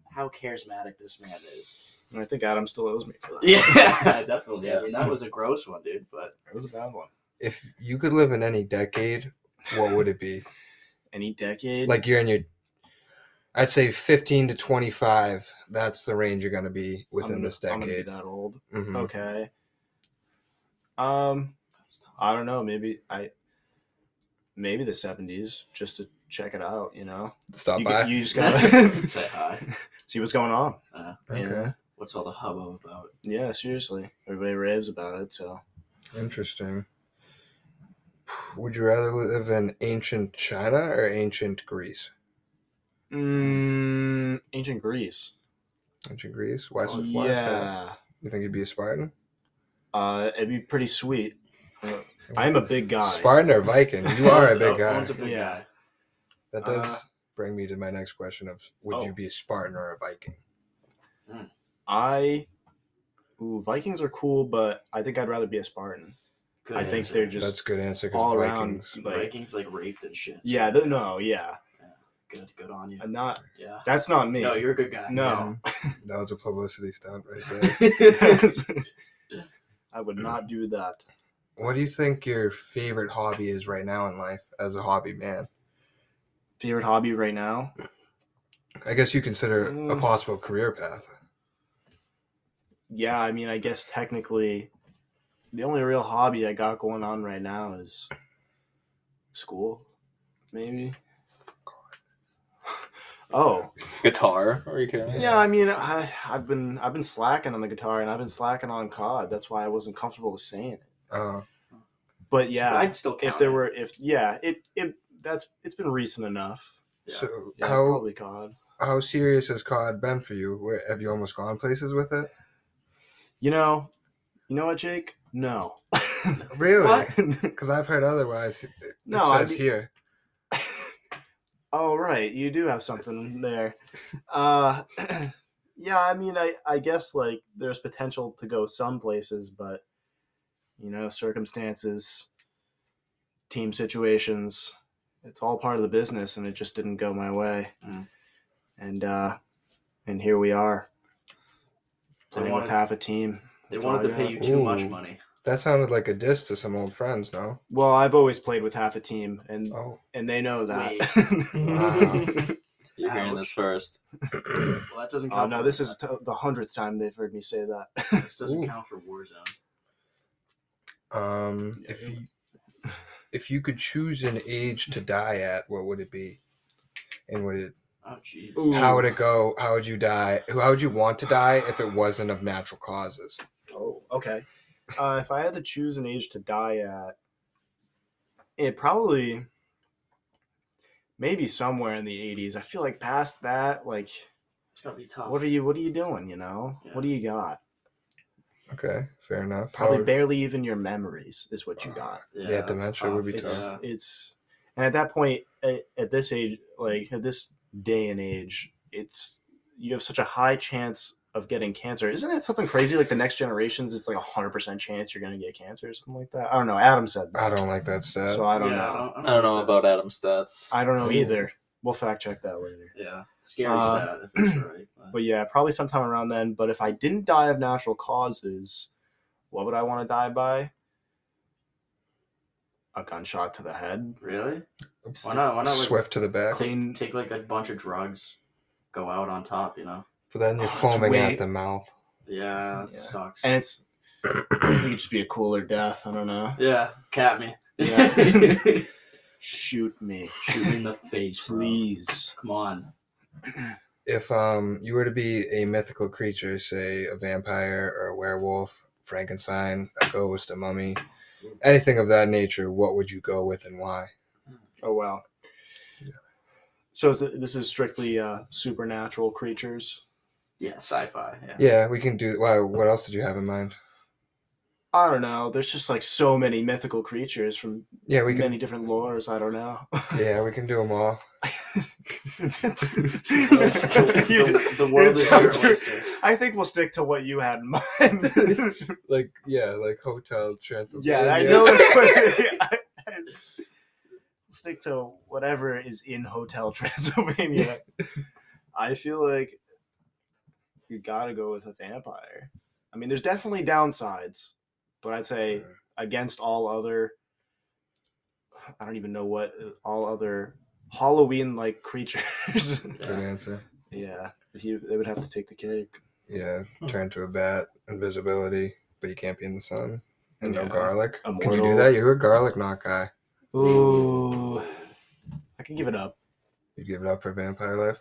H: how charismatic this man is.
E: And I think Adam still owes me for that.
H: Yeah, definitely. I mean, that was a gross one, dude. But
E: It was a bad one.
A: If you could live in any decade, what would it be?
E: Any decade?
A: like you're in your, I'd say 15 to 25. That's the range you're going to be
E: I'm
A: within
E: gonna-
A: this
E: I'm gonna be
A: decade.
E: that old.
A: Mhm.
E: Okay. Um, I don't know. Maybe I. Maybe the seventies, just to check it out. You know,
A: Stop
E: you,
A: by.
E: you just gotta
H: say hi.
E: see what's going on. You
A: okay.
E: know?
H: What's all the hubbub about?
E: Yeah, seriously, everybody raves about it. So
A: Interesting. Would you rather live in ancient China or ancient Greece?
E: Mm, ancient Greece.
A: Ancient Greece? Why? so- why so?
E: Oh, yeah,
A: You think you'd be a Spartan?
E: uh, it'd be pretty sweet. Uh, I'm a big guy.
A: Spartan or Viking? You are a big guy.
H: Owen's a big
E: Yeah.
H: guy.
A: That does
E: Oh, Uh,
A: bring me to my next question of would you
E: Oh.
A: be a Spartan or a Viking?
E: I. Ooh, Vikings are cool, but I think I'd rather be a Spartan.
H: Good
E: I think
H: answer.
E: they're just
A: That's a good answer. 'cause
E: all around.
A: Vikings.
E: Like,
H: Vikings like raped and shit.
E: yeah, th- no, yeah,
H: Good, good on you.
E: I'm not.
H: Yeah.
E: That's not me.
H: No, you're a good guy.
E: No.
A: That was a publicity stunt right there.
E: I
H: Mm.
E: would not do that.
A: what do you think your favorite hobby is right now in life as a hobby man?
E: Favorite hobby right now?
A: I guess you consider it a
E: Mm.
A: possible career path.
E: Yeah, I mean, I guess technically, the only real hobby I got going on right now is school, maybe. Oh
F: Guitar? Are you kidding? me?
E: yeah, I mean, I, I've been I've been slacking on the guitar and I've been slacking on COD. That's why I wasn't comfortable with saying it.
A: Uh,
E: But yeah,
H: I'd still count
E: if there
H: it.
E: were if yeah it it that's it's been recent enough
H: Yeah.
A: So
E: yeah
A: how
E: probably cod
A: how serious has COD been for you? Where, have you almost gone places with it?
E: you know you know what jake no
A: Really? Because I've heard otherwise. It it
E: No, I
A: says
E: mean-
A: here.
E: oh right you do have something there uh yeah i mean i i guess like there's potential to go some places but you know circumstances team situations it's all part of the business and it just didn't go my way
H: Mm.
E: and uh and here we are playing with
H: wanted-
E: half a team
H: They
E: That's all
H: wanted
E: I
H: to pay
E: got.
H: you too much
A: Ooh.
H: money.
A: That sounded like a diss to some old friends. No.
E: Well, I've always played with half a team, and
A: Oh.
E: and they know that.
H: Wait.
A: Wow.
F: You're hearing this first.
H: Well, that doesn't count.
E: Oh no,
H: for-
E: this is t- the hundredth time they've heard me say that.
H: This doesn't
A: Ooh.
H: count for Warzone.
A: Um, if you if you could choose an age to die at, what would it be? And would it
H: Oh jeez.
A: how would it go? How would you die? Who how would you want to die if it wasn't of natural causes?
E: Oh, okay. Uh, if I had to choose an age to die at, it probably maybe somewhere in the eighties. I feel like past that, like
H: It's gonna be tough.
E: what are you what are you doing, you know? What do you got?
A: Okay, fair enough. How
E: Probably
A: would-
E: barely even your memories is what you got.
A: yeah, dementia would be
E: It's
A: tough.
H: Yeah.
E: it's and at that point at, at this age, like at this day and age, it's you have such a high chance of getting cancer. Isn't it something crazy? Like the next generations, it's like a hundred percent chance you're gonna get cancer or something like that. I don't know. Adam said that.
A: I don't like that stat.
E: So I don't
H: Yeah,
E: know.
F: I don't know about Adam's stats.
E: I don't know
A: Ooh.
E: either. We'll fact check that later.
H: Yeah, scary
E: Uh,
H: stat if it's right.
E: But yeah, probably sometime around then. But if I didn't die of natural causes, what would I want to die by? A gunshot to the head.
H: really? Why not? Why not? Like,
A: Swift to the back.
E: Clean.
H: Take like a bunch of drugs, go out on top. You know.
A: But then you're
E: Oh, it's
A: foaming
E: way-
A: at the mouth.
H: Yeah, that
E: Yeah.
H: sucks.
E: And it's it could just be a cooler death. I don't know.
H: yeah, cat me.
E: Yeah.
H: Shoot
E: Shoot me,
H: me in the face, bro.
E: please.
H: Come on.
A: If um you were to be a mythical creature, say a vampire or a werewolf, Frankenstein, a ghost, a mummy,
E: Mm.
A: anything of that nature, what would you go with and why?
E: Oh wow. So is th- this is strictly uh, supernatural creatures.
H: Yeah, sci-fi. Yeah.
A: Yeah, we can do. Why? What else did you have in mind?
E: I don't know. There's just like so many mythical creatures from
A: Yeah, we can.
E: many different lores. I don't know.
A: Yeah, we can do them all.
H: the, the world is your oyster.
E: I think we'll stick to what you had in mind.
A: Like yeah, like hotel Transylvania.
E: yeah, I know. I- I- stick to whatever is in Hotel Transylvania. I feel like you gotta go with a vampire. I mean, there's definitely downsides, but I'd say against all other, I don't even know what all other Halloween like creatures.
A: Good answer.
E: yeah, he, they would have to take the cake.
A: Yeah, turn to a bat, invisibility, but you can't be in the sun, and no
E: Yeah.
A: garlic. Can you do
E: Immortal.
A: that? You're a garlic knock guy.
E: Ooh, I can give it up.
A: You give it up for vampire life.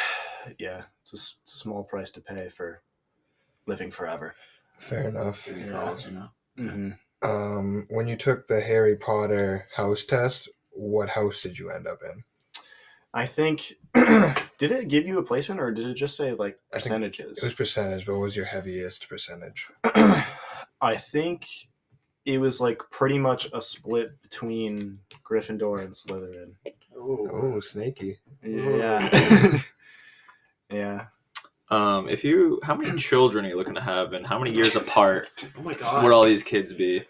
E: yeah, it's a, s- it's a small price to pay for living forever.
A: Fair enough.
H: Your calls, you know.
E: Mm-hmm.
A: Um, when you took the Harry Potter house test, what house did you end up in?
E: I think did it give you a placement or did it just say like
A: I think
E: percentages?
A: It was percentage, but what was your heaviest percentage?
E: I think it was like pretty much a split between Gryffindor and Slytherin.
A: Oh, snaky.
E: Yeah. yeah.
F: Um, if you, how many children are you looking to have, and how many years apart
H: Oh my
F: would
H: god.
F: all these kids be?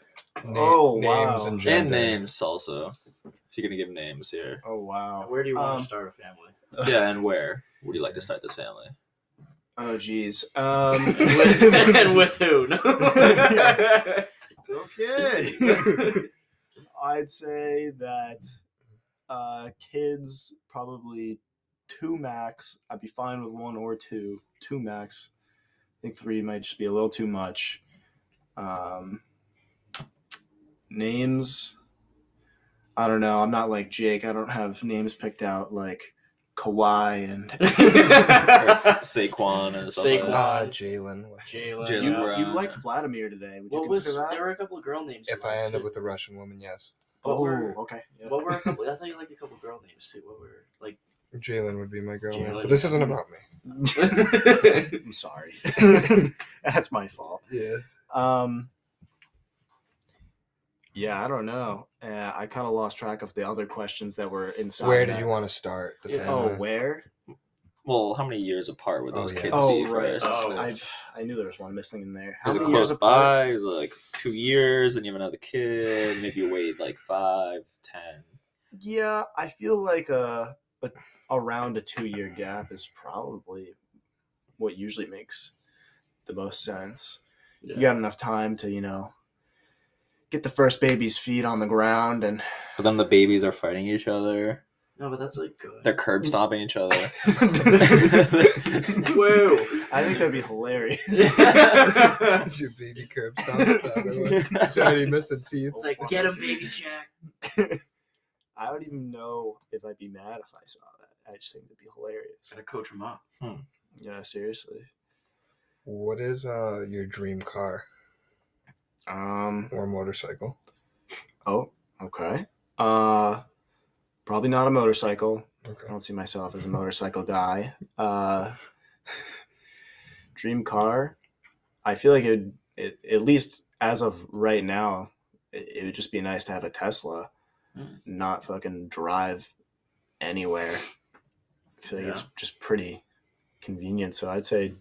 E: Oh,
A: Names
E: wow.
A: and
E: And
A: gender.
F: And names also. If you're gonna give names here,
E: Oh wow.
H: Where do you want
E: Um,
H: to start a family?
F: yeah, and where would you like to start this family?
E: Oh geez. Um,
H: And with, and with who? No.
E: okay. I'd say that uh, kids probably two max. I'd be fine with one or two, two max. I think three might just be a little too much. Um, names, I don't know. I'm not like Jake. I don't have names picked out like Kawhi and.
F: Or S- Saquon or something.
H: Saquon.
A: Ah, Jalen.
H: Jalen.
F: Jalen.
E: you,
F: Brown,
E: you
F: yeah.
E: liked Vladimir today. Would
H: What
E: you
H: was
E: consider that?
H: there were a couple of girl names.
A: If
H: you
A: I
H: liked,
A: end up
H: too.
A: with a Russian woman, yes.
H: what
E: oh,
H: were-
E: okay. yeah.
H: What were a couple? I thought you liked a couple girl names too. What were like?
A: Jalen would be my girl name.
H: Jalen.
A: But this isn't about me.
E: I'm sorry. That's my fault.
A: Yeah.
E: Um, yeah, I don't know. Uh, I kind of lost track of the other questions that were inside.
A: Where do
E: that.
A: you want to start the
H: Yeah.
E: Oh,
A: family?
E: where?
F: Well, how many years apart would
A: Oh,
F: those
A: yeah.
F: kids
E: Oh,
F: be
E: right.
F: first?
H: Oh.
E: I, I knew there was one missing in there.
F: Is it
E: many years
F: close
E: apart?
F: by? Is it like two years and you have another kid? Maybe you wait like five, ten.
E: Yeah, I feel like a, a around a two year gap is probably what usually makes the most sense. You got enough time to you know get the first baby's feet on the ground and
F: But then the babies are fighting each other.
H: No, but that's like good.
F: They're curb stomping each other.
H: Whoa.
E: I think that'd be hilarious. Oh,
H: it's
A: Your baby curb stop. It's already missing teeth.
E: So
H: like,
E: funny.
H: get him, baby Jack.
E: I don't even know if I'd be mad if I saw that. I just think it'd be hilarious.
H: Gotta coach him up.
E: Yeah, seriously.
A: What is uh, your dream car
E: Um.
A: or motorcycle?
E: Oh. Okay. Uh. Probably not a motorcycle. I
A: Okay.
E: don't see myself as a motorcycle guy. Uh, dream car. I feel like it, it, at least as of right now, it, it would just be nice to have a Tesla,
H: Mm.
E: not fucking drive anywhere. I feel like it's just pretty convenient. So I'd say,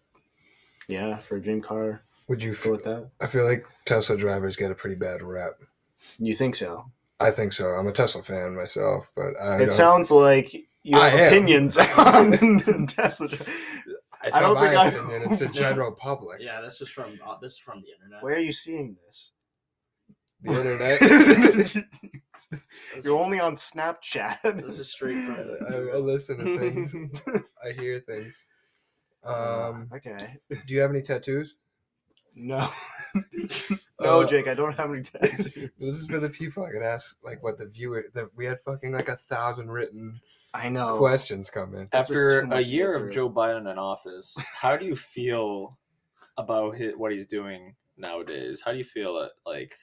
E: yeah, for a dream car,
A: Would you
E: go
A: feel?
E: with that.
A: I feel like Tesla drivers get a pretty bad rep.
E: You think so?
A: I think so. I'm a Tesla fan myself, but I
E: it
A: don't-
E: sounds like you
A: I
E: have
A: am.
E: opinions on Tesla. dri-
A: It's
E: I
A: not
E: don't
A: my
E: think I-
A: opinion, It's the general public.
H: Yeah, that's just from uh, this is from the internet.
E: Where are you seeing this?
A: The internet.
H: This-
E: You're only on
H: This
E: Snapchat.
H: is straight from.
A: I, I listen to things. I hear things. Um,
E: okay.
A: do you have any tattoos?
E: No. no,
A: Uh,
E: Jake, I don't have any
A: This
E: tattoos.
A: is for the people. I could ask like what the viewer. That we had fucking like a thousand written
E: I know.
A: questions come in.
E: That's just
F: After
E: too
F: a
E: much to
F: year
E: get
F: of
E: through.
F: Joe Biden in office, how do you feel about his, what he's doing nowadays? How do you feel at like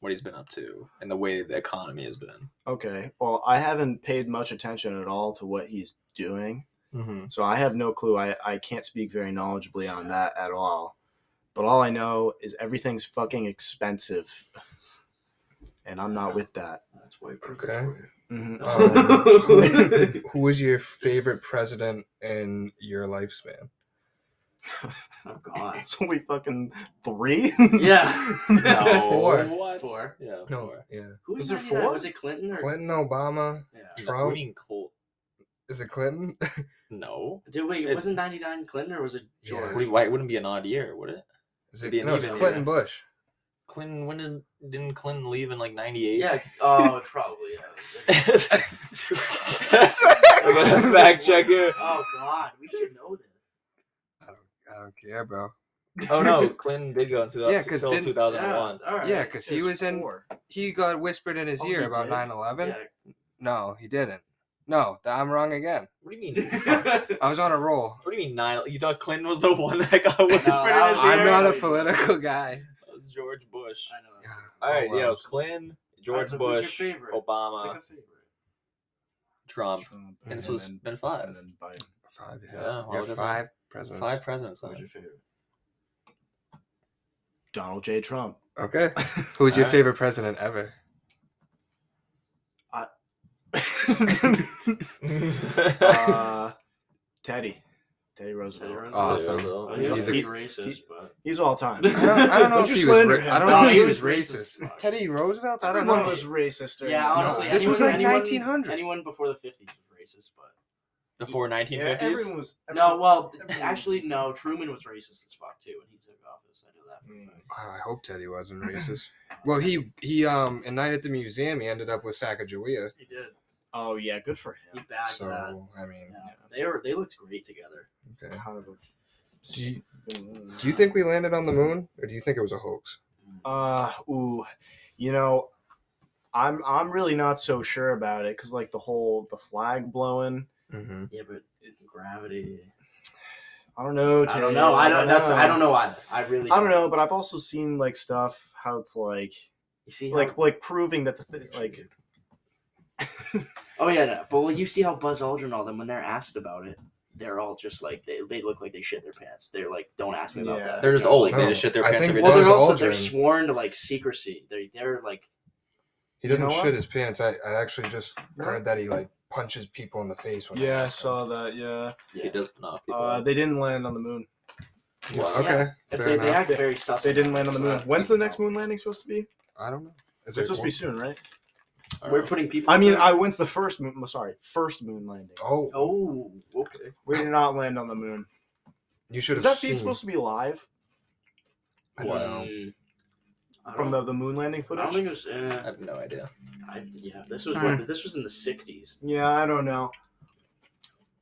F: what he's been up to and the way the economy has been?
E: Okay. Well, I haven't paid much attention at all to what he's doing.
F: Mm-hmm.
E: So I have no clue. I, I can't speak very knowledgeably on that at all. But all I know is everything's fucking expensive. And I'm not with that.
H: That's white
A: Okay.
E: Mhm.
A: Um, who was your favorite president in your lifespan?
H: Oh God.
E: It's only fucking three?
H: Yeah.
A: Four.
F: What?
H: Four.
F: Yeah.
A: No,
F: four.
A: yeah,
H: Who was
E: Is there
H: there four?
E: four?
H: Was it Clinton? Or...
A: Clinton, Obama.
H: Yeah.
F: No,
A: Trump?
F: we mean Col-
A: Is it Clinton?
F: no.
H: Did wait?
F: It-
H: wasn't ninety nine Clinton or was it
A: Yeah.
H: George?
F: Would- Why it wouldn't be an odd year, would it?
A: Is
F: It'd
A: it,
F: be an
A: no, it's
F: even
A: Clinton
F: year.
A: Bush.
F: Clinton when did didn't Clinton leave in like ninety eight?
H: Yeah. Oh, probably. Yeah.
F: I gotta fact check here.
H: Oh God, we should know this.
A: I don't care, bro.
F: Oh no, Clinton did go in two
A: Yeah,
F: thousand
A: 'cause
F: till
A: didn't-
F: two thousand and one.
H: all right.
A: Yeah, because he
E: It's
A: was in.
E: four.
A: He got whispered in his
E: Oh,
A: ear
E: he
A: about
E: did?
A: 9 11. No, he didn't. No, th- I'm wrong again.
F: What do you mean? you fuck-
H: Yeah.
A: I was on a roll.
F: What do you mean nine? You thought Clinton was the one that got whispered in
H: that
F: his
H: was-
F: ear?
A: I'm not
H: Seriously?
A: a political guy.
F: That was George Bush.
H: I know.
F: All right,
A: Oh,
F: yeah, it
A: wow.
F: was Clinton, George
H: so who's your
F: Bush,
H: favorite? Pick
F: Obama,
H: a favorite.
F: Trump,
E: Trump,
F: um, and this was
E: then-
F: been five.
E: and then Biden.
A: Five, yeah.
F: Yeah,
A: Yeah,
F: all different.
A: five presidents.
F: Five presidents.
H: Who's your
F: Then.
H: favorite?
E: Donald J. Trump.
A: Okay. Who's your
F: Alright.
A: favorite president ever?
E: uh, Teddy, Teddy Roosevelt.
H: Teddy Roosevelt.
A: Awesome.
F: Well,
H: Well,
F: he
H: he was
A: Jesus.
H: a
A: He-
H: big racist,
E: he-
H: but
E: He's all time.
A: I don't, I don't know
E: Don't
A: if
E: you
A: he was.
E: slander
A: Ra-
E: him.
A: I don't
E: No,
A: know if
E: he
A: he was
H: was racist
A: racist.
H: as fuck.
A: Teddy Roosevelt. I don't
E: Everyone
A: know.
E: was racist. during
H: yeah,
E: that
H: honestly,
E: time.
A: this
H: anyone,
A: was like
H: anyone,
A: 1900.
H: Anyone before the fifties was racist, but
F: Before nineteen
E: Yeah,
F: fifties.
E: everyone was.
H: no.
E: Everyone,
H: Well,
E: everyone-
H: actually, no. Truman was racist as fuck too when he took office. I know that. for a fact.
A: Wow, I hope Teddy wasn't racist. Well, he he um, a night at the museum, he ended up with Sacagawea.
H: He did.
E: Oh yeah, good for
H: He
E: him.
H: bagged that.
A: So I mean,
H: Yeah. They were. They looked great together.
A: okay.
E: Kind of a- Mm.
A: Do you, do you think we landed on the moon, or do you think it was a hoax?
E: Uh, ooh, you know, I'm I'm really not so sure about it because like the whole the flag blowing.
A: Mm-hmm.
H: Yeah, but gravity.
E: I don't know.
H: I
E: Teddy,
H: don't know. I don't. That's. I don't know either. I really.
E: I don't know, but I've also seen like stuff how it's like
H: You see, like,
E: like like proving that the thi- like
H: oh yeah, no. but when you see how Buzz Aldrin and all them when they're asked about it, they're all just like they, they look like they shit their pants. They're like, don't ask me about
E: Yeah.
H: that.
F: They're just
H: You know,
F: old.
H: Like,
F: They
A: No,
F: just shit their
A: I
F: pants
A: think-
F: every
H: well,
F: day.
H: they're also
A: Aldrin-
H: they're sworn to like secrecy. They they're like
A: He
E: You
A: doesn't
E: know
A: shit
E: what?
A: his pants. I, I actually just
E: What?
A: heard that he like punches people in the face. When
E: yeah, I
A: he-
E: saw that. Yeah,
F: He does pin off people.
E: uh, they didn't land on the moon.
A: Yeah,
F: Wow.
A: okay.
H: if
A: fair
H: they, they
A: enough.
H: act very sus.
E: They didn't land on the moon.
H: Uh,
E: When's the next moon landing supposed to be?
A: I don't know.
E: It's
A: Is there
E: supposed to
A: one-
E: be soon, right?
F: All
H: We're
F: right.
H: putting people.
E: I mean,
H: there.
E: I when's the first moon? Sorry, first moon landing.
A: Oh,
H: Oh, okay.
E: We did not land on the moon.
A: you should
E: Is
A: have
E: that
A: seen.
E: feed supposed to be live?
A: I don't know.
H: Mm. I
E: from
H: don't-
E: the, the moon landing
H: I don't
E: footage?
H: think it was.
F: I
H: Uh,
F: have no idea.
H: I, yeah, this was
E: Hmm.
H: when, this was in the '60s.
E: Yeah, I don't know.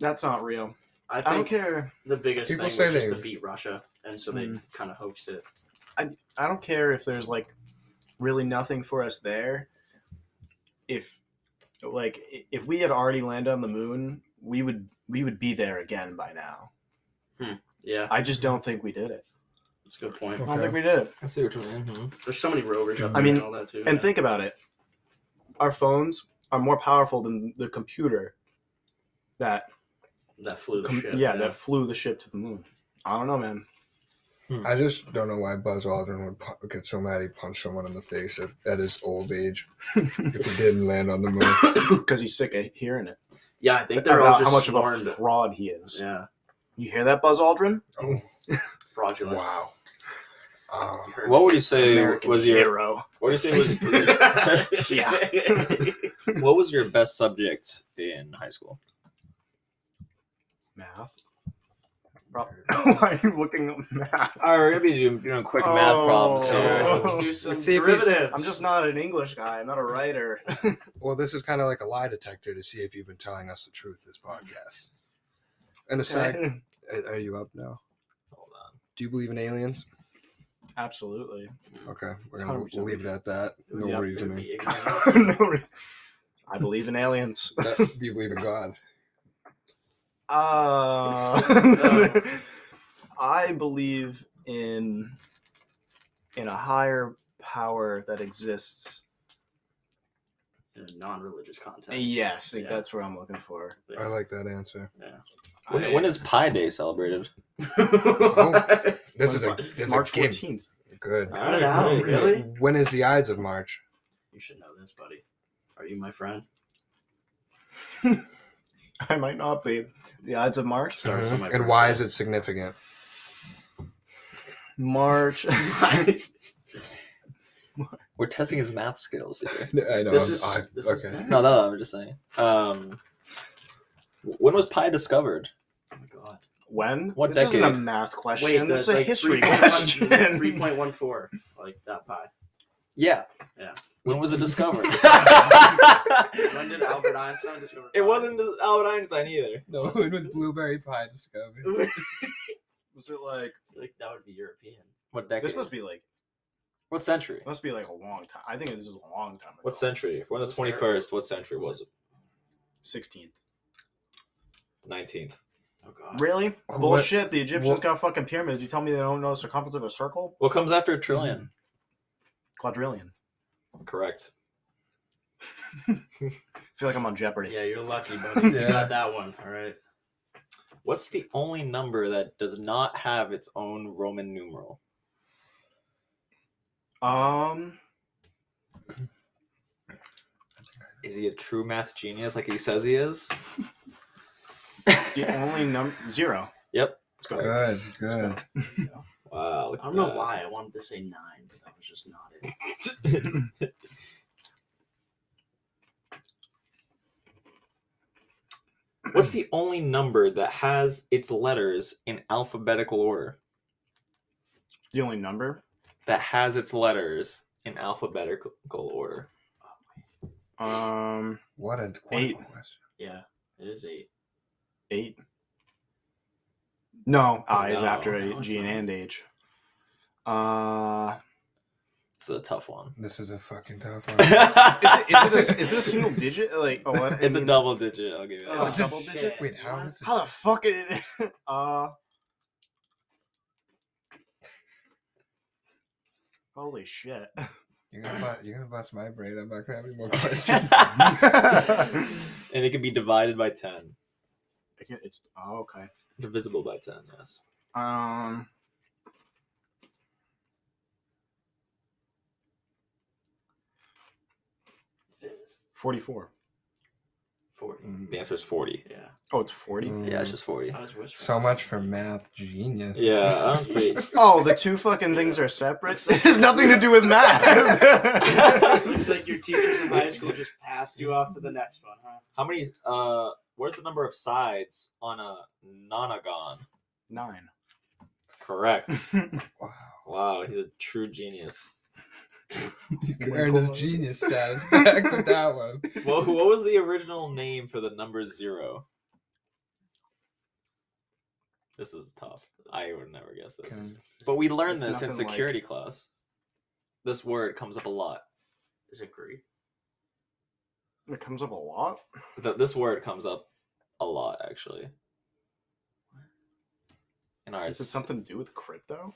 E: That's not real.
H: I think
E: I don't care.
H: the biggest
A: People
H: thing was
A: say
H: just
A: they-
H: to beat Russia, and so they kind of hoaxed it.
E: I don't care if there's like really nothing for us there. If like i- if we had already landed on the moon, we would we would be there again by now.
H: Yeah,
E: I just don't think we did it.
H: that's a good point.
E: I don't
A: Okay.
E: think we did it.
F: I see what you mean. mhm.
H: There's so many rovers. Up
E: I
H: there
E: mean,
H: and all that too.
E: And
H: yeah.
E: think about it. Our phones are more powerful than the computer that
H: that flew the
E: com-
H: ship.
E: yeah, that flew the ship to the moon. I don't know, man.
A: I just don't know why Buzz Aldrin would pu- get so mad he punched someone in the face at, at his old age if he didn't land on the moon.
E: Because he's sick of hearing it.
H: yeah. Hmm. I think they're all
E: About
H: just
E: how much
H: sworn
E: of a
H: to-
E: fraud he is.
H: yeah,
E: You hear that, Buzz Aldrin?
A: Oh,
H: fraudulent.
A: wow. Um,
F: What would you say
E: American
F: was your
E: hero.
F: What do you say was
E: Yeah.
F: what was your best subject in high school?
E: Math. Why are you looking at math?
F: All right, we're gonna be doing, doing quick math problems
A: Oh.
F: here.
H: Let's do some
A: see if he's-
H: derivatives.
E: I'm just not an English guy. I'm not a writer.
A: well, this is kind of like a lie detector to see if you've been telling us the truth this podcast. And aside, are- are you up now?
F: Hold on.
A: Do you believe in aliens?
E: Absolutely.
A: Okay, we're gonna
E: 100%
A: leave it at that. No
E: Yeah.
A: reasoning.
E: no, re- I believe in aliens.
A: That- do you believe in God?
E: Uh,
H: No.
E: I believe in in a higher power that exists.
H: In a non-religious context.
E: Yes,
H: Yeah.
E: that's what I'm looking for.
H: Yeah.
A: I like that answer.
F: When,
H: I-
F: when is Pi Day celebrated?
A: This is a
E: March-
A: this
E: March
A: is a game.
E: 14th.
A: Good.
H: I don't know. Really?
A: When is the Ides of March?
H: You should know this, buddy. Are you my friend?
E: I might not be. The odds of March.
H: Starts on my
A: And why is it significant?
E: March.
H: birthday.
F: We're testing his math skills here.
A: I know.
H: this
A: I'm-
H: is,
A: I-
H: this is
A: okay.
F: No, no, I'm just saying. Um, when was Pi discovered?
H: Oh my god.
E: When?
F: What
E: this isn't a
F: decade?
E: math question.
H: Wait,
E: this is
H: that's
E: a
H: like
E: history question.
H: Three point one four, like that pie.
F: Yeah.
H: Yeah.
F: When was it discovered?
H: When did Albert Einstein discover?
F: it
H: pi?
F: wasn't Albert Einstein either.
A: No, it was blueberry pie discovered.
E: Was it like
H: like that would be European.
F: What decade?
E: this must be like
F: what century?
E: must be like a long time. I think this is a long time. Ago.
F: What century? If we're in the
H: This is terrible.
F: 21st, what century was it?
E: Sixteenth.
F: 19th.
H: Oh god.
E: Really?
A: What-
E: Bullshit. The Egyptians
A: what-
E: got fucking pyramids. You tell me they don't know the circumference of a circle?
F: What comes after a trillion?
E: Quadrillion.
F: Mm, Correct.
E: I feel like I'm on Jeopardy.
H: Yeah, you're lucky, buddy. You
A: Yeah.
H: got that one. All right.
F: What's the only number that does not have its own Roman numeral?
E: Um.
F: Is he a true math genius like he says he is?
E: The only number zero.
F: Yep.
E: Let's go.
A: Good, good.
F: Wow. look
H: I
F: at
H: don't know
F: that.
H: why I wanted to say nine, but that was just not it.
F: What's the only number that has its letters in alphabetical order?
E: The only number.
F: That has its letters in alphabetical order.
E: Um.
A: What a what a
E: Eight.
A: question.
H: Yeah, it is eight.
E: Eight. Oh, No, I is
F: No,
E: after
H: no,
E: a
H: it's
E: G and
H: not.
E: and H. Uh,
F: It's a tough one.
A: This is a fucking tough one.
F: is
E: is it, is, it a, is it a single digit? Like, oh, what? I
F: it's a
E: mean,
F: double digit. I'll give you that.
E: Oh,
A: Oh,
E: it's
A: it's
E: a
A: a
E: double digit?
H: shit.
A: Wait, how
H: What?
A: is this?
E: How the fuck is? Uh, holy shit!
A: You're gonna bust, you're gonna bust my brain. I'm not gonna have any more questions.
E: It-
F: and it can be divided by 10.
E: it's oh, okay.
F: Divisible by 10, yes.
E: Um, forty-four.
H: Forty.
A: Mm.
F: The answer is 40.
H: Yeah.
E: Oh, it's forty.
F: Yeah, it's just 40.
H: I was whispering.
A: Mm. so much for math genius.
F: Yeah, I don't see.
E: Oh, the two fucking things are separate. It has nothing to do with
H: Looks
E: math.
H: like your teachers in high school just passed you off to the next one, huh?
F: How many, uh, where's the number of sides on a nonagon?
E: Nine.
F: Correct.
A: Wow.
F: Wow, he's a true genius.
A: You could earn his genius status back with that one.
F: Well, what was the original name for the number zero? This is tough. I would never guess this.
A: Can-
F: But we learned
E: It's
F: this in
E: nothing like-
F: security class. This word comes up a lot.
H: Is it Greek?
E: It comes up a lot.
F: Th- this word comes up a lot, actually. In our,
E: Is it something to do with crypto?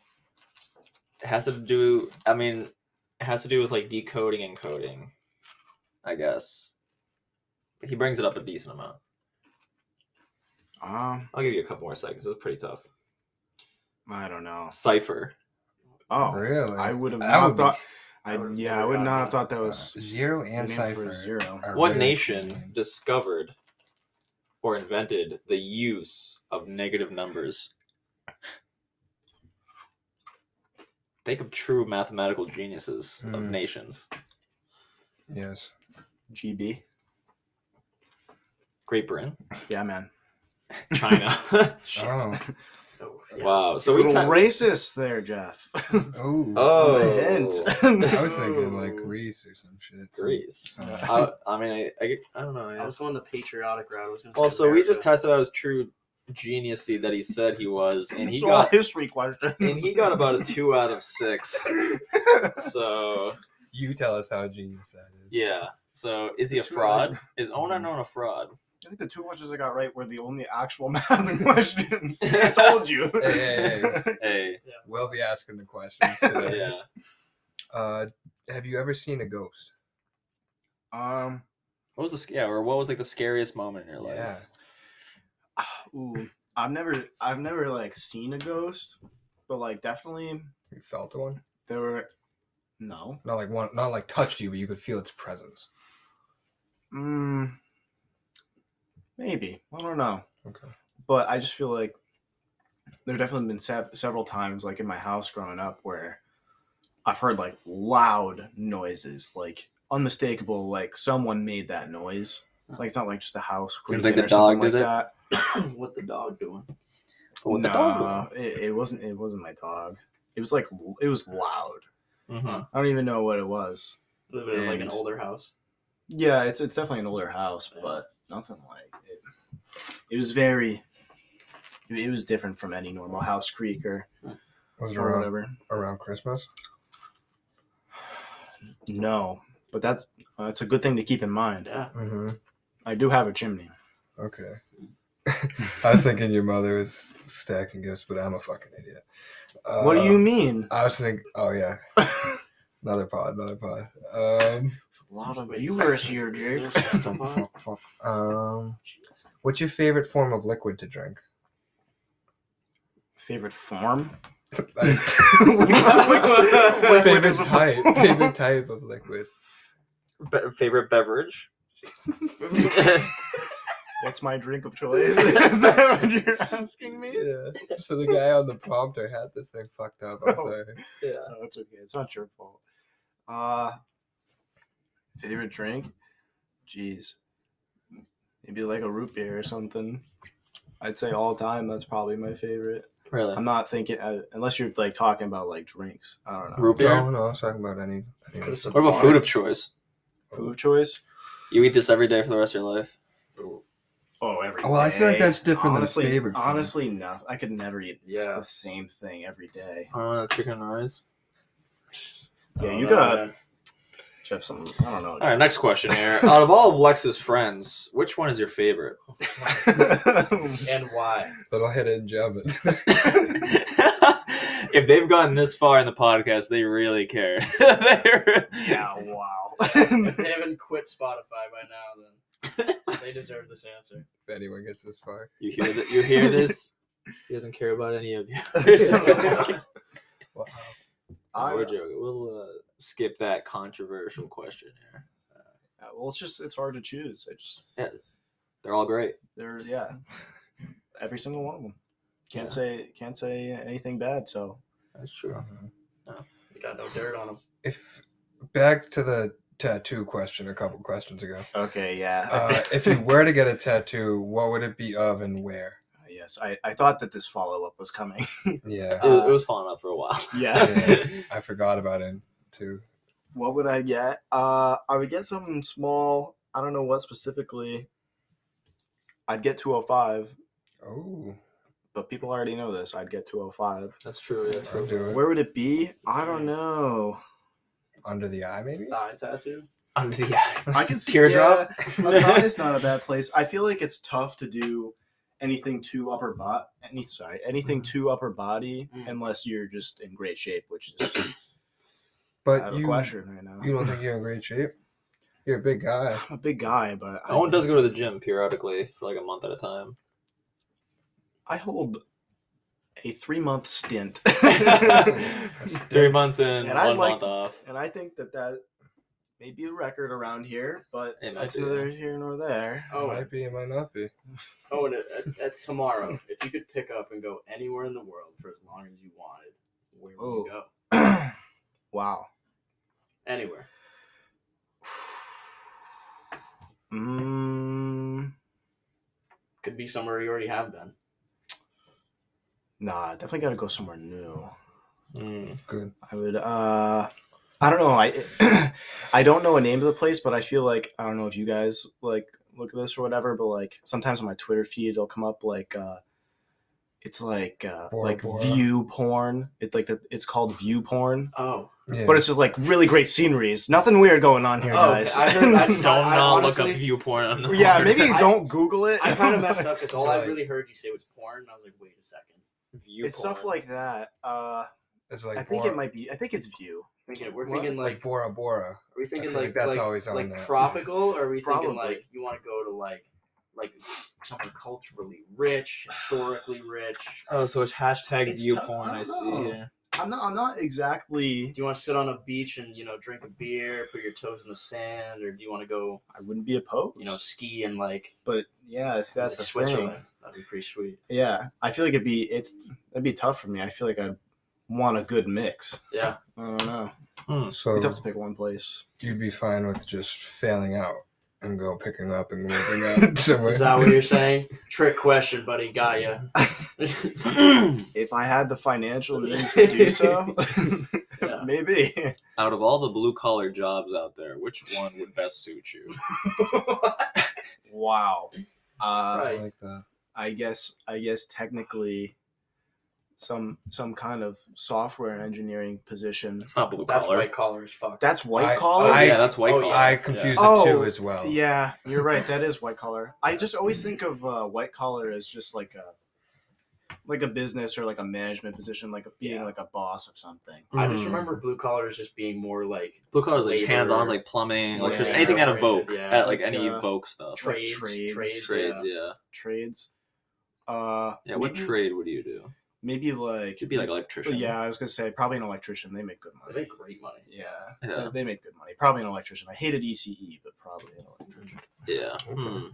F: it has to do. I mean, it has to do with like decoding and coding, I guess. He brings it up a decent amount.
E: Um,
F: I'll give you a couple more seconds. It's pretty tough.
E: I don't know.
F: Cipher.
E: Oh,
A: Really?
E: I would have
A: That
E: not
A: would be-
E: thought. I,
F: would've
E: yeah, I
F: never
E: would
F: gotten
E: not have
F: that.
E: thought that was
F: Uh,
A: Zero
E: the
A: and
E: name for
A: cipher.
E: zero.
A: are
F: What
A: really
F: nation
A: confusing.
F: discovered or invented the use of negative numbers? Think of true mathematical geniuses of
A: Hmm.
F: nations.
A: Yes.
E: GB.
F: Great Britain,
E: Yeah, man.
F: China.
A: Oh.
H: Oh, yeah.
F: wow. So we
E: Little
F: ta-
E: racist there, Jeff.
A: Oh.
F: Oh,
E: Hint.
A: I was thinking like
F: Oh.
A: Greece or some shit.
F: Greece.
A: Some-
F: I, I mean, I, I, get- I don't know.
H: I
F: Yeah.
H: was going the patriotic route. I was going to
F: Also, we just tested out his true geniusy that he said he was, and he
E: It's all
F: got
E: history questions.
F: and he got about a two out of six. So
A: You tell us how genius that is.
F: Yeah. So is he a
E: Two
F: fraud?
E: other-
F: Is Ona known a fraud?
E: I think the two questions I got right were the only actual math questions. I told you.
A: Hey, hey, hey,
F: Hey.
A: We'll be asking the questions today.
F: Yeah.
A: Uh, have you ever seen a ghost?
E: Um.
F: What was the sc- yeah, or what was like the scariest moment in your life?
A: Yeah.
E: Ooh, I've never, I've never like seen a ghost, but like definitely
A: You felt one?
E: there were. No.
A: Not like one, not like touched you, but you could feel its presence.
E: Mm, maybe. I don't know.
A: Okay.
E: But I just feel like there definitely been sev- several times, like in my house growing up, where I've heard like loud noises, like unmistakable, like someone made that noise. Like it's not like just the house
F: Like
E: creaking
F: the
E: or something
F: dog did
E: like
F: it?
E: that.
H: what the dog doing?
F: Or what the
E: Nah, it, it wasn't. It wasn't my dog. It was like l- it was loud.
F: Mm-hmm.
E: I don't even know what it was.
H: Living in like an
E: And-
H: older house.
E: Yeah, it's it's definitely an older house,
H: Yeah.
E: but nothing like it. It was very. It it was different from any normal house creak or,
A: Was it
E: or
A: around,
E: whatever.
A: around Christmas?
E: No, but that's uh, that's a good thing to keep in mind.
H: Yeah.
A: Mm-hmm.
E: I do have a chimney.
A: Okay. I was thinking your mother was stacking gifts, but I'm a fucking idiot. Uh,
E: what do you mean?
A: I was thinking. Oh yeah,
E: a
A: another pod, another pod. Um,
E: lot of viewers here, Jake.
A: um, what's your favorite form of liquid to drink?
E: Favorite form?
A: favorite
E: Liquid is a-
A: type. Favorite type of liquid.
F: Be- favorite beverage?
E: What's my drink of choice? Is that what you're asking me?
A: Yeah. So the guy on the prompter had this thing fucked up. I'm
E: Oh.
A: sorry.
F: yeah.
E: No, it's okay. It's not your fault. Uh favorite drink? Jeez. Maybe like a root beer or something. I'd say all time that's probably my favorite.
F: Really?
E: I'm not thinking uh, unless you're like talking about like drinks. I don't know.
F: Root beer?
A: No, no, I was talking about any. any
H: Could've said
F: What about
H: bar.
F: food of choice?
E: Food choice?
F: You eat this every day for the rest of your life.
E: Oh, every
A: Well, I feel like
E: day.
A: that's different than
E: honestly,
A: favorite food.
E: Honestly, nothing. I could never eat s-
H: Yeah.
E: the same thing every day.
F: Uh, chicken and rice.
E: Yeah,
H: Oh,
E: you
H: no,
E: got
H: man.
E: Jeff. Some I don't know.
F: All right, next question here. Out of all of Lex's friends, which one is your favorite?
H: And why?
A: Little hidden gem.
F: if they've gotten this far in the podcast, they really care. They're-
E: yeah. Wow.
H: if they haven't quit Spotify by now, then they deserve this answer.
A: if anyone gets this far.
F: You hear that? You hear this? He doesn't care about any of you.
A: Wow.
E: I-
F: We're joking. We'll uh, skip that controversial question here.
E: Yeah, well, it's just it's hard to choose. I just
F: They're all great.
E: they're yeah, every single one of them. Can't
F: Yeah.
E: say can't say anything bad. So
F: That's true.
H: They Oh, got no dirt on them.
A: If back to the tattoo question a couple questions ago.
E: okay, yeah.
A: Uh, if you were to get a tattoo, what would it be of and where?
E: yes, I I thought that this follow up was coming.
A: Yeah,
F: It, it was falling up for a while.
E: Uh, yeah,
A: yeah. I forgot about it too.
E: What would I get? Uh, I would get something small. I don't know what specifically. I'd get 205,
A: Oh,
E: but people already know this. I'd get 205.
F: That's true. Yeah.
A: I'll do it.
E: Where would it be? I don't know.
A: Under the eye, maybe?
H: Thigh tattoo.
F: Under the eye.
E: I can see
F: Teardrop?
E: Yeah, a thigh is not a bad place. I feel like it's tough to do anything too upper body. Any, sorry,
F: Mm.
E: anything too upper body
H: Mm.
E: unless you're just in great shape, which is out
A: But
E: of
A: you,
E: question right now.
A: you don't think you're in great shape? You're a big guy.
E: I'm a big guy, but I,
F: Owen does go to the gym periodically for like a month at a time.
E: I hold a three month stint,
A: That's-
F: Three months in,
E: And
F: one
E: I like-
F: month off.
E: and I think that that may be a record around here, but
F: It might
E: that's
F: be,
E: neither here nor there.
A: It
H: Owen,
A: might be, it might not be.
H: Owen, Oh, at, at, at tomorrow, if you could pick up and go anywhere in the world for as long as you wanted, where would
E: Oh.
H: you go?
E: wow.
H: Anywhere.
E: Mm,
H: Could be somewhere you already have been.
E: nah, definitely got to go somewhere new.
F: Mm.
A: Good.
E: I would. uh I don't know. I I don't know a name of the place, but I feel like I don't know if you guys like look at this or whatever. But like sometimes on my Twitter feed, it'll come up like uh it's like uh,
A: Bora
E: like
A: Bora.
E: view porn. It's like that. It's called view porn,
H: Oh,
A: Yeah.
E: but it's just like really great sceneries. Nothing weird going on here,
H: Oh, okay.
E: guys.
H: I heard- I
F: Don't
H: just- I- I
F: not
H: honestly-
F: look up viewpoint on the
E: yeah, maybe
H: I-
E: don't Google it.
H: I kind of messed up because all I
A: Like-
H: really heard you say was porn. And I was like, wait a second.
F: Viewporn.
E: It's stuff like that. Uh,
A: It's like
E: I think
A: Bora,
E: it might be. I think it's view.
H: Thinking, we're
E: What?
H: thinking
A: like,
H: like,
A: Bora Bora.
H: are we
A: I
H: thinking
A: feel
H: like
A: like that's
H: like,
A: always on
H: like
A: that.
H: tropical, or are we
E: Probably.
H: thinking like you want to go to like like somewhere culturally rich, historically rich?
F: Oh, so it's hashtag
E: It's tough.
F: viewpoint.
E: I
F: I
E: don't
F: see.
E: know.
F: Yeah.
E: I'm not. I'm not exactly.
H: Do you want to sit on a beach and you know drink a beer, put your toes in the sand, or do you want to go
E: I wouldn't be opposed.
H: you know ski and like
E: but yeah, it's, that's the
H: like,
E: Switzerland.
H: Switzerland? That'd be pretty sweet.
E: Yeah, I feel like it'd be it's it'd be tough for me. I feel like I'd want a good mix.
H: Yeah.
E: I don't know.
A: So
E: It's tough to pick one place.
A: you'd be fine with just failing out and go picking up and moving up somewhere.
H: Is that what you're saying? Trick question, buddy. Got ya.
E: If I had the financial means to do so,
H: Yeah.
E: maybe.
F: Out of all the blue collar jobs out there, which one would best suit you?
E: Wow. Uh,
A: I
H: Right.
A: like that.
E: I guess I guess technically some some kind of software engineering position.
F: It's not blue
H: That's
F: collar.
H: white collar as fuck.
E: That's
A: I-
E: white
F: Oh,
E: collar.
A: I-
F: yeah, that's white
H: oh,
F: collar.
A: I confuse
E: Yeah.
A: the
E: Oh,
A: two as well.
E: Yeah, you're right. That is white collar. I just always think of uh, white collar as just like a like a business or like a management position, like being
H: Yeah.
E: like a boss of something.
F: Yeah.
H: I just
A: Hmm.
F: Mm.
H: remember blue collars just being more like
F: blue collar is like
H: labor-
F: hands on, like plumbing,
E: Yeah.
F: electricity, anything that evoke,
H: Yeah.
F: at like
E: Like,
F: any
E: uh,
F: evoke stuff.
E: Like
H: trades,
E: trades.
H: trades,
F: Trades,
H: yeah.
F: yeah. Yeah,
E: Trades. Uh,
F: what
E: maybe,
F: trade would you do?
E: Maybe
F: It
E: like Oh,
F: could be like electrician.
E: yeah, I was gonna say probably an electrician. They make good
H: They
E: money.
H: make great money.
E: Yeah,
F: Yeah.
E: They, they make good money. Probably an electrician. I hated ECE, but probably an electrician.
F: Yeah. Hmm.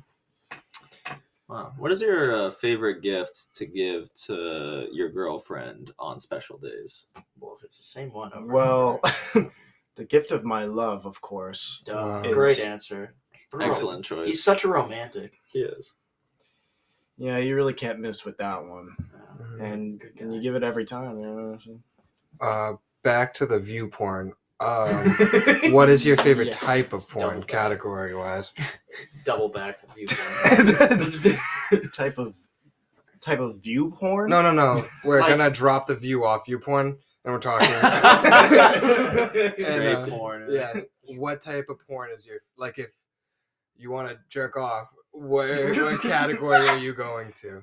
F: Wow. What is your uh, favorite gift to give to your girlfriend on special days?
H: Well, if it's the same one, over and
E: Well,
H: over.
E: the gift of my love, of course.
H: Duh,
A: Is-
H: great answer. Bro,
F: Excellent choice.
H: He's such a romantic.
F: he is.
E: Yeah, you really can't miss with that one,
H: Uh,
A: Mhm.
E: and
H: Good
E: and you
H: guy.
E: give it every time. You know what I'm saying?
A: Uh, back to the view porn. Um, what is your favorite
E: Yeah.
A: type of porn,
H: double.
A: category wise?
H: It's double back to view.
E: type of type of view porn.
A: No, no, no. We're
H: Like-
A: gonna drop the view off view porn, and we're talking.
F: Straight
A: uh,
F: porn.
A: yeah. What type of porn is your like? If you want to jerk off, where what category are you going to?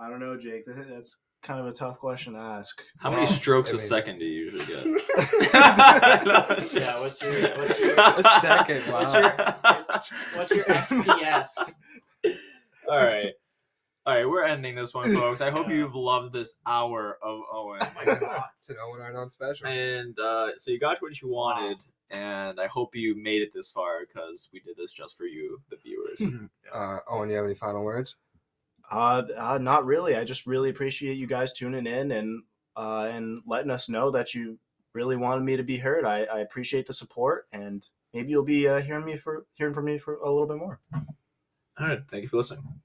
E: I don't know, Jake. That- That's kind of a tough question to ask.
F: How many
A: Well,
F: strokes
A: I
F: a
A: mean-
F: second do you usually get?
H: yeah, what's your what's your
A: A second.
H: What's
A: Wow.
H: what's your SPS?
F: All right. All right, we're ending this one, folks. I hope you've loved this hour of Owen.
H: Oh my god.
A: It's an Owen Arnold special.
F: And uh, so you got what you wanted, and I hope you made it this far because we did this just for you, the viewers.
A: Uh, Owen, you have any final words?
E: Uh, uh, not really. I just really appreciate you guys tuning in and uh, and letting us know that you really wanted me to be heard. I, I appreciate the support, and maybe you'll be uh, hearing me for hearing from me for a little bit more.
F: All right, thank you for listening.